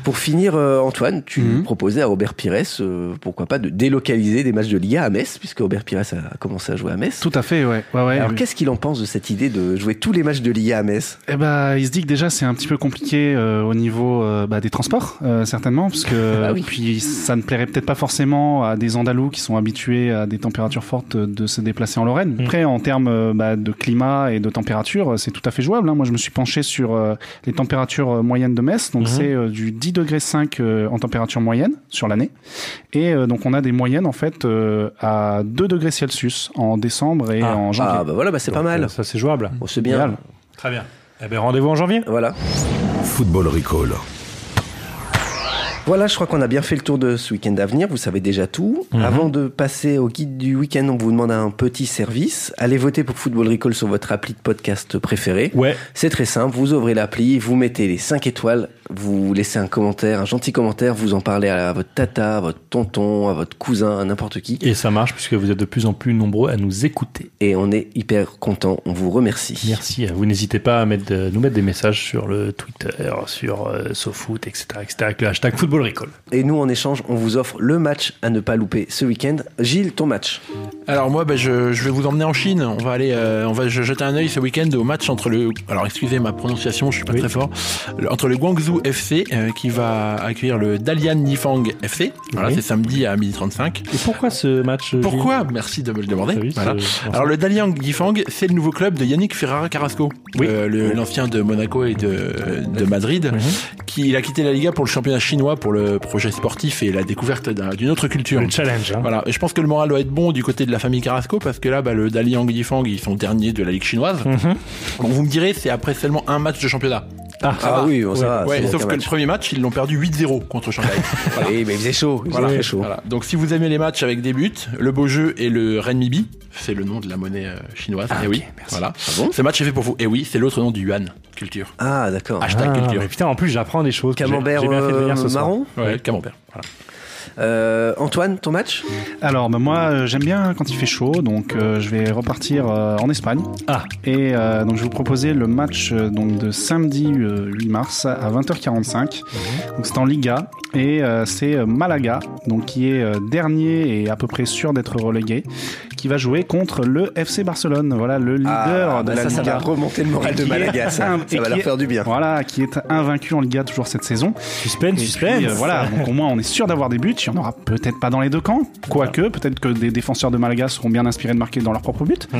C: Pour finir, euh, Antoine, tu
J: Mhm.
C: proposais à Robert Pires, euh, pourquoi pas, de délocaliser des matchs de Liga à Metz, puisque Robert Pires a commencé à jouer à Metz.
J: Tout à fait, ouais. ouais, ouais
C: Alors
J: oui.
C: qu'est-ce qu'il en pense de cette idée de jouer tous les matchs de Liga à Metz
J: Eh ben, il se dit que déjà c'est un petit peu compliqué euh, au niveau euh, bah, des transports, euh, certainement, parce que puis ça ne plairait peut-être pas forcément à des Andalous qui sont habitués à des températures fortes euh, de se déplacer en Lorraine. Après, en termes euh, bah, de climat et de température, euh, c'est tout à fait jouable. hein. Moi, je me suis penché sur euh, les températures euh, moyennes de Metz, donc
D: Mhm.
J: c'est euh, du 10 degrés 5 euh, en température moyenne sur l'année, et euh, donc on a des moyennes en fait euh, à 2 degrés Celsius en décembre et en janvier. euh,
C: Ah bah voilà, bah c'est pas mal.
D: euh,
C: Mm.
D: Ça c'est jouable.
C: c'est bien.
J: Génial.
D: Très bien. Eh ben, rendez-vous en janvier.
C: Voilà.
B: Football Recall.
C: Voilà, je crois qu'on a bien fait le tour de ce week-end à venir. Vous savez déjà tout.
B: Mhm.
C: Avant de passer au guide du week-end, on vous demande un petit service. Allez voter pour Football Recall sur votre appli de podcast préféré.
D: Ouais.
C: C'est très simple. Vous ouvrez l'appli, vous mettez les 5 étoiles, vous laissez un commentaire, un gentil commentaire, vous en parlez à votre tata, à votre tonton, à votre cousin, à n'importe qui.
D: Et ça marche puisque vous êtes de plus en plus nombreux à nous écouter.
C: Et on est hyper content. On vous remercie.
D: Merci. Vous n'hésitez pas à mettre, euh, nous mettre des messages sur le Twitter, sur euh, SoFoot, etc., etc., avec le hashtag Football Recall.
C: Et nous, en échange, on vous offre le match à ne pas louper ce week-end. Gilles, ton match
E: Alors moi, ben, je, je vais vous emmener en Chine. On va aller, euh, on va je- jeter un œil ce week-end au match entre le. Alors excusez ma prononciation, je suis pas très fort. Le- Entre le Guangzhou FC euh, qui va accueillir le Dalian Nifang FC. Voilà,
D: Oui.
E: c'est samedi à 12h35.
D: Et pourquoi ce match euh,
E: Pourquoi Merci de me le demander.
D: Ah oui,
E: Voilà.
D: c'est-
E: Alors le Dalian Yifang, c'est le nouveau club de Yannick Ferrara Carrasco, Euh, le- l'ancien de Monaco et de, de Madrid, qui il a quitté la Liga pour le championnat chinois pour le projet sportif et la découverte d'un- d'une autre culture.
D: Le challenge, hein.
E: Voilà. Et je pense que le moral doit être bon du côté de la famille Carrasco parce que là, bah, le Dalian Yifang, ils sont derniers de la Ligue chinoise.
D: Mhm.
E: Bon, vous me direz, c'est après seulement un match de championnat.
D: Ah.
E: Ça va.
D: Ah oui, bon, ça va,
E: Ouais,
D: c'est bon
E: sauf
D: qu'un
E: que le
D: match.
E: premier match, ils l'ont perdu 8-0 contre Shanghai. Voilà.
C: Eh, mais il faisait chaud. Il faisait
E: Voilà.
C: très chaud.
E: Voilà. Donc si vous aimez les matchs avec des buts, le beau jeu et le renminbi, c'est le nom de la monnaie euh, chinoise.
D: Ah,
E: eh
D: ok,
E: oui,
D: merci.
E: voilà.
D: Ah bon
E: Ce match est fait pour vous. Et oui, c'est l'autre nom du yuan culture.
C: Ah, d'accord.
E: Hashtag culture.
D: mais putain, en plus, j'apprends des choses. J'ai-
C: Camembert,
D: j'ai bien fait de venir ce
C: euh,
D: soir.
C: marron
E: Ouais, camembert. Voilà.
C: Euh, Antoine, ton match
J: Alors, bah, moi, euh, j'aime bien quand il fait chaud, donc euh, je vais repartir euh, en Espagne.
D: Ah.
J: Et euh, donc, je vais vous proposer le match euh, donc, de samedi euh, 8 mars à 20h45.
C: Mhm.
J: Donc, c'est en Liga et euh, c'est euh, Malaga, donc qui est euh, dernier et à peu près sûr d'être relégué, qui va jouer contre le FC Barcelone. Voilà, le leader de
C: bah
J: la
C: ça, ça
J: Liga.
C: va remonter le moral
J: Et
C: de
J: qui est
C: Malaga, ça.
J: un-
C: Ça
J: et
C: va
J: qui
C: leur
J: est-
C: faire du bien.
J: Voilà, qui est invaincu en Liga toujours cette saison.
D: Suspense,
J: Et
D: suspense.
J: puis, euh, voilà, donc au moins on est sûr d'avoir des buts. Il y en aura peut-être pas dans les deux camps, quoique peut-être que des défenseurs de Malaga seront bien inspirés de marquer dans leur propre but.
C: Mhm.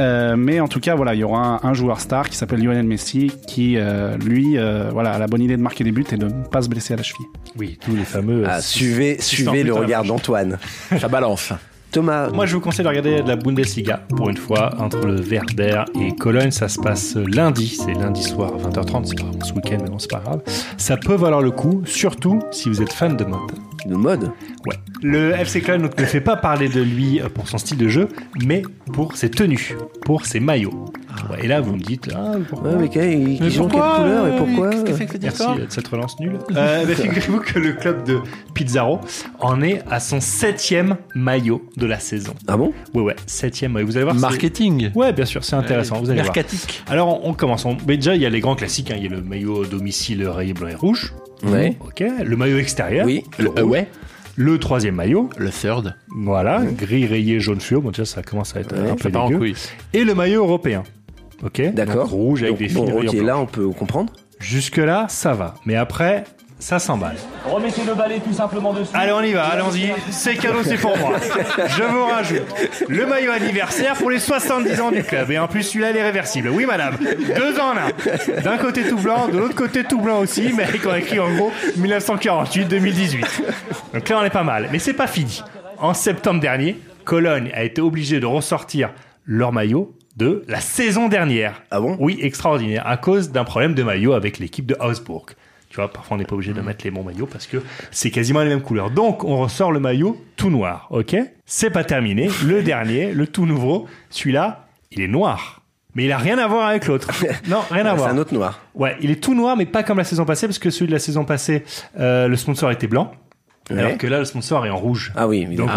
J: Euh, mais en tout cas, voilà, il y aura un, un joueur star qui s'appelle Lionel Messi, qui euh, lui, euh, voilà, a la bonne idée de marquer des buts et de ne pas se blesser à la cheville.
D: Oui, tous les fameux. euh,
C: Ah, suivez, suivez le regard d'Antoine.
E: Ça balance.
C: Thomas.
D: Moi, je vous conseille de regarder de la Bundesliga pour une fois entre le Werder et Cologne. Ça se passe lundi, c'est lundi soir à 20h30. C'est pas vraiment ce week-end, mais bon, c'est pas grave. Ça peut valoir le coup, surtout si vous êtes fan de mode.
C: De mode
D: Ouais. Le FC Cologne donc, ne fait pas parler de lui euh, pour son style de jeu, mais pour ses tenues, pour ses maillots. Ouais, et là, vous me dites, ah, pourquoi
C: Ouais, mais quelle, ils
D: Mais
C: ils ont quelle
D: pourquoi,
C: couleur
D: euh,
C: et pourquoi
D: qu'est-ce que c'est que cette Merci euh, de cette relance nulle. Euh, bah, Figurez-vous que le club de Pizarro en est à son septième maillot de la saison.
C: Ah bon
D: Ouais, ouais, septième maillot. Vous allez voir. c'est-
E: Marketing.
D: Ouais, bien sûr, c'est intéressant. vous allez voir.
E: Mercatique.
D: Alors, on, on commence. On- mais déjà, il y a les grands classiques. hein. Il y a le maillot domicile rayé blanc et rouge.
C: Ouais.
D: Ok. Le maillot extérieur.
C: Oui.
D: Le,
E: euh, ouais.
D: Le troisième maillot.
E: Le third.
D: Voilà. Gris rayé jaune fluo. Bon, déjà, ça commence à être un peu
E: Ça part en
D: dégueu.
E: couille.
D: Et le maillot européen. Ok.
C: D'accord.
D: Donc, rouge avec
C: Donc,
D: des fils
C: Bon, ok,
D: rayés en blanc.
C: là, on peut comprendre.
D: Jusque-là, ça va. Mais après, ça s'emballe.
P: Remettez le balai tout simplement dessus.
D: Allez, on y va, allons-y. C'est cadeau, c'est pour moi. Je vous rajoute le maillot anniversaire pour les 70 ans du club. Et en plus, celui-là, il est réversible. Oui, madame. Deux en un. D'un côté tout blanc, de l'autre côté tout blanc aussi, mais avec on a écrit en gros 1948-2018. Donc là, on est pas mal. Mais c'est pas fini. En septembre dernier, Cologne a été obligée de ressortir leur maillot de la saison dernière.
C: Ah bon
D: Oui, extraordinaire. À cause d'un problème de maillot avec l'équipe de Augsbourg. Tu vois, parfois on n'est pas obligé
C: Mm.
D: de mettre les bons maillots parce que c'est quasiment les mêmes couleurs. Donc on ressort le maillot tout noir, ok C'est pas terminé. Le dernier, le tout nouveau, celui-là, il est noir. Mais il a rien à voir avec l'autre. Non, rien à
C: Ah, C'est
D: voir.
C: un autre noir.
D: Ouais, il est tout noir, mais pas comme la saison passée, parce que celui de la saison passée, euh, le sponsor était blanc,
C: Ouais.
D: alors que là, le sponsor est en rouge.
C: Ah oui,
D: Donc-
C: évidemment.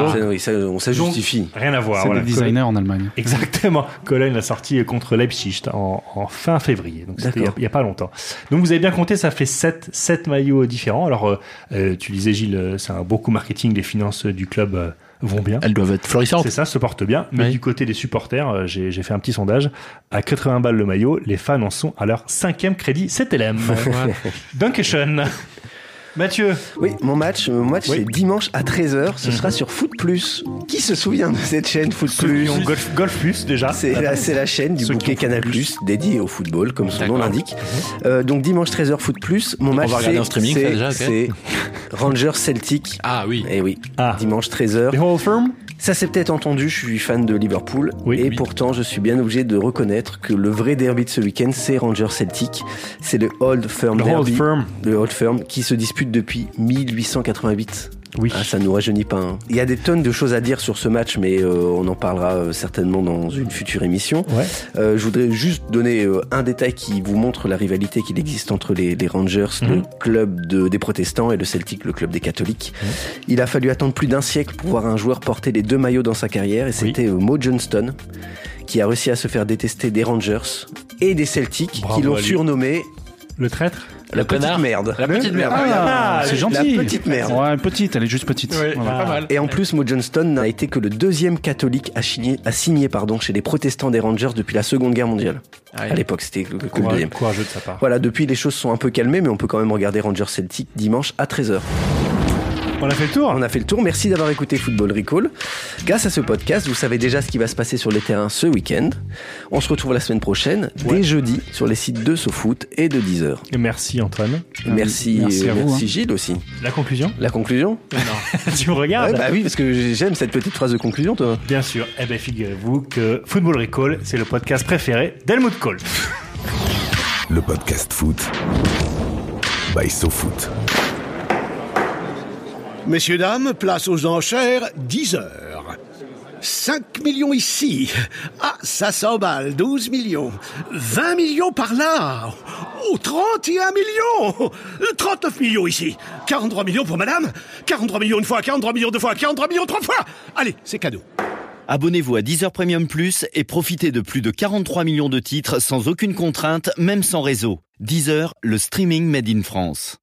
D: donc-
C: Ça, oui, ça, on ça
D: donc,
C: justifie.
D: Rien à voir.
J: C'est
D: voilà.
J: des designers en Allemagne.
D: Exactement. Cologne l'a sorti contre Leipzig hein, en, en fin février. Donc c'était il y a-
C: D'accord.
D: il n'y a, pas longtemps. Donc vous avez bien compté, ça fait 7, maillots différents. Alors euh, euh, tu disais Gilles, euh, c'est un beau coup marketing, les finances euh, du club euh, vont bien.
E: Elles doivent être florissantes.
D: C'est ça, se porte bien. Mais
E: Oui.
D: du côté des supporters, euh, j'ai j'ai fait un petit sondage. À 80 balles le maillot, les fans en sont à leur cinquième crédit. C'est LM. Dankeschön. Mathieu.
C: Oui, mon match, mon match
D: Oui.
C: c'est dimanche à 13h. Ce sera sur Foot Plus. Qui se souvient de cette chaîne Foot Plus
D: Souvenons, Golf, Golf Plus déjà.
C: C'est la, c'est la chaîne du
D: Ah, Ceux qui
C: bouquet
D: ont Foot
C: Canal
D: Plus.
C: Plus dédié au football, comme son nom
E: D'accord.
C: l'indique. Euh, donc dimanche 13h Foot Plus. Mon match
E: va regarder
C: c'est-
E: en streaming, ça,
C: c'est
E: déjà, ok.
C: c'est Rangers Celtic.
E: Ah oui.
C: Et Eh oui,
D: Ah.
C: dimanche 13h.
D: The Whole Firm
C: Ça s'est peut-être entendu, je suis fan de Liverpool.
D: Oui.
C: et
D: Oui.
C: pourtant, je suis bien obligé de reconnaître que le vrai derby de ce week-end, c'est Rangers Celtic. C'est le Old Firm
D: The Whole
C: Derby.
D: Firm.
C: Le Old Firm qui se dispute depuis 1888.
D: Oui.
C: Ah, ça nous rajeunit pas. hein. Il y a des tonnes de choses à dire sur ce match, mais euh, on en parlera euh, certainement dans une future émission.
D: Ouais.
C: Euh, je voudrais juste donner euh, un détail qui vous montre la rivalité qu'il existe entre les, les Rangers, le
D: Mhm.
C: club de- des protestants, et le Celtic, le club des catholiques. Il a fallu attendre plus d'un siècle pour voir un joueur porter les deux maillots dans sa carrière, et c'était euh, Mo Johnston, qui a réussi à se faire détester des Rangers et des Celtics,
D: Bravo
C: qui l'ont
D: à lui.
C: surnommé
D: Le traître
C: La petite
E: connard.
C: merde.
E: La petite merde.
J: Ah, c'est gentil.
C: La petite merde.
J: Ouais, petite, elle est juste petite.
E: Ouais,
J: Voilà.
E: pas mal.
C: Et en plus, Mo Johnston n'a été que le deuxième catholique à signer, à signer pardon, chez les protestants des Rangers depuis la Seconde Guerre mondiale.
E: Ah,
C: À l'époque, c'était que- que le
D: Courageux,
C: deuxième.
D: courageux de sa part.
C: Voilà, depuis les choses sont un peu calmées, mais on peut quand même regarder Rangers Celtic dimanche à 13h.
D: On a fait le tour
C: On a fait le tour, merci d'avoir écouté Football Recall. Grâce à ce podcast, vous savez déjà ce qui va se passer sur les terrains ce week-end. On se retrouve la semaine prochaine, dès jeudi, sur les sites de SoFoot et de Deezer.
D: Et merci Antoine.
C: Merci,
J: Ah merci à
C: euh,
J: vous,
C: merci
J: hein.
C: Gilles aussi.
D: La conclusion
C: La conclusion
D: Tu me
J: Ah,
D: regardes
C: Ouais, Bah oui, parce que j'aime cette petite phrase de conclusion, toi.
D: Bien sûr. Eh ben figurez-vous que Football Recall, c'est le podcast préféré d'Helmut Kohl.
B: Le podcast foot by SoFoot.
Q: Messieurs, dames, place aux enchères, 10 heures. 5 millions ici. Ah, ça s'emballe, 12 millions. 20 millions par là. Oh, 31 millions. 39 millions ici. 43 millions pour madame. 43 millions une fois, 43 millions deux fois, 43 millions trois fois. Allez, c'est cadeau.
R: Abonnez-vous à Deezer Premium Plus et profitez de plus de 43 millions de titres sans aucune contrainte, même sans réseau. Deezer, le streaming made in France.